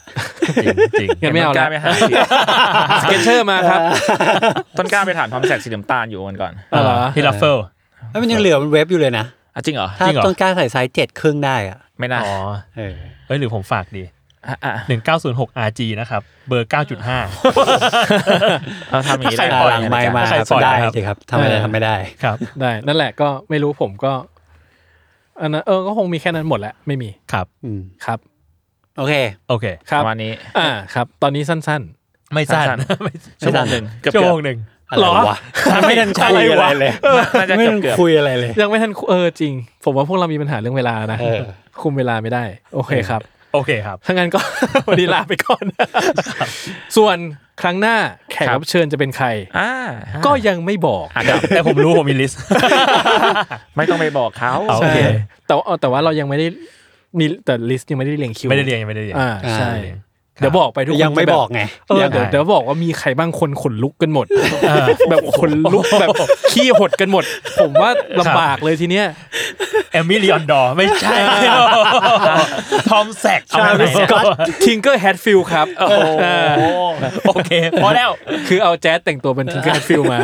[SPEAKER 4] จริงจริง
[SPEAKER 3] งั้นไม่เอา
[SPEAKER 5] ต้นกล้า
[SPEAKER 3] ละ
[SPEAKER 5] ไปหาสี
[SPEAKER 3] สเก็ตเชอร์มาครับ
[SPEAKER 5] ต้นกล้าไปถามทอมแสกสีน้ำตาลอยู่วันก่อน
[SPEAKER 3] อ๋อเหรอ
[SPEAKER 4] พี่ลัฟเฟิล
[SPEAKER 2] เอ้ยมันยังเหลือมันเว็บอยู่เลยนะ
[SPEAKER 5] อ่ะจริงเหรอ
[SPEAKER 2] ถ้าต้องกล้าใส่ไซส์เจ็ดครึ่งได้อ่ะ
[SPEAKER 5] ไม่น่า
[SPEAKER 4] อ๋อ
[SPEAKER 2] เออ
[SPEAKER 4] เอ้ยหรือผมฝากดี
[SPEAKER 5] อ่ะอ่ะ
[SPEAKER 4] 1906 RG นะครับ เบอร์ 9.5
[SPEAKER 5] เอาทำอย่างนี้ได้
[SPEAKER 4] ถ้าใครปล่อย
[SPEAKER 2] หลังไม่มา
[SPEAKER 4] ถ้าใครปล่อย
[SPEAKER 2] ได้
[SPEAKER 4] ครับ
[SPEAKER 2] สิครับทำอะไรทำไม่ได้
[SPEAKER 4] ครับ
[SPEAKER 3] ได้ นั่นแหละก็ไม่รู้ผมก็อันนั้นเออก็คงมีแค่นั้นหมดแหละไม่มี
[SPEAKER 4] ครับ
[SPEAKER 2] อืม
[SPEAKER 3] ครับ
[SPEAKER 2] โอเค
[SPEAKER 4] โอเค
[SPEAKER 3] ค
[SPEAKER 5] ป
[SPEAKER 3] รับ
[SPEAKER 5] ระมาณนี้
[SPEAKER 3] อ่าครับ ตอนนี้สั้น
[SPEAKER 4] ไม่สั้น
[SPEAKER 5] สั้น
[SPEAKER 4] ไม่
[SPEAKER 5] ชั่วโมงหนึ่งเกือบ
[SPEAKER 4] ชั่ว
[SPEAKER 5] เกือ
[SPEAKER 4] โม
[SPEAKER 5] บ
[SPEAKER 4] งหนึ่ง
[SPEAKER 2] อะไรวะไม่ทันคุยอะไรเลย
[SPEAKER 5] น่าจะ
[SPEAKER 2] ไม่
[SPEAKER 5] เกือ
[SPEAKER 2] ทั
[SPEAKER 5] บ
[SPEAKER 2] น
[SPEAKER 5] เกือบ
[SPEAKER 2] คุยอะไรเลย
[SPEAKER 3] ๆ ยังไม่ทันเออจริง ผมว่าพวกเรามีปัญหาเรื่องเวลานะ
[SPEAKER 2] เออ
[SPEAKER 3] คุมเวลาไม่ได้ โอเคครับ
[SPEAKER 4] โอเคครับ
[SPEAKER 3] ถ้างั้นก็ วันนี้ลาไปก่อน ส่วนครั้งหน้าแขกรับเชิญจะเป็นใคร
[SPEAKER 5] อ่า
[SPEAKER 3] ก็ยังไม่บอก
[SPEAKER 4] แต่ผมรู้ผมมีลิสต์
[SPEAKER 5] ไม่ต้องไปบอกเขา
[SPEAKER 4] โอเค
[SPEAKER 3] ใช่แต่ว่าแต่ว่าเรายังไม่ได้มีแต่ลิสต์ยังไม่ได้เรียงคิว
[SPEAKER 4] ไม่ได้เรียงยังไม่ได้เรียง
[SPEAKER 3] อ่าใช่
[SPEAKER 2] อ่า
[SPEAKER 3] เดี๋ยวบอกไปทุกคน
[SPEAKER 2] ยังไม่
[SPEAKER 3] จะแบบ
[SPEAKER 2] บอกไง
[SPEAKER 3] เออ
[SPEAKER 2] ยัง
[SPEAKER 3] เดี๋ยว
[SPEAKER 4] ได้
[SPEAKER 3] เดี๋ยวบอกว่ามีใครบ้างคนขนลุกกันหมด แบบขนลุกแบบขี้หดกันหมด ผมว่าลำบากเลยทีเนี้ย
[SPEAKER 4] เอมิลีออนดอร์ไม่ใช่ ทอมแซกเอาไหน
[SPEAKER 3] ทิงเกอร์แฮตฟิลครับอ่า
[SPEAKER 4] โอเค พอแล้ว
[SPEAKER 3] คือเอาแจ๊สแต่งตัวเป็นทิงเกอร์แฮตฟิลมา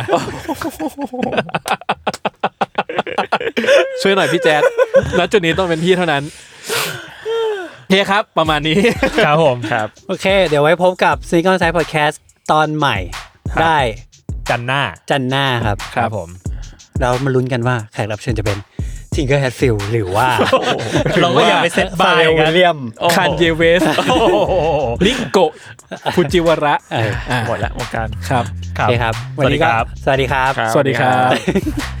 [SPEAKER 3] ช่วยหน่อยพี่แจ๊ดณจุดนี้ต้องเป็นพี่เท่านั้นโอเคครับ ประมาณนี้
[SPEAKER 4] ครับผม
[SPEAKER 5] ครับ
[SPEAKER 2] โอเค เดี๋ยวไว้พบกับซีกอนไซด์พอดแคสต์ตอนใหม่ ได้
[SPEAKER 4] จันทร์หน้า
[SPEAKER 2] จันทร์หน้าครับ
[SPEAKER 4] ครับผม
[SPEAKER 2] เรามาลุ้นกันว่าแขกรับเชิญจะเป็นทิงเกอร์แฮตฟิลหรือว่า
[SPEAKER 4] เราก็อย่าไปเซ็ตบาย
[SPEAKER 2] เรล
[SPEAKER 4] กั
[SPEAKER 2] วิ
[SPEAKER 4] น
[SPEAKER 2] ลเลียม
[SPEAKER 3] คานเยเวส
[SPEAKER 4] โอ้โห
[SPEAKER 3] ลิงโกะฟูจิวาระ
[SPEAKER 2] เออ
[SPEAKER 3] ะ
[SPEAKER 5] หมดละวงการ
[SPEAKER 3] ครับ
[SPEAKER 4] ครั
[SPEAKER 2] โอบ เคครับ วันนี้ก็
[SPEAKER 4] สวัสดีครับ
[SPEAKER 2] สวัสดีครับ
[SPEAKER 5] ครับ
[SPEAKER 3] สวัสดีครับ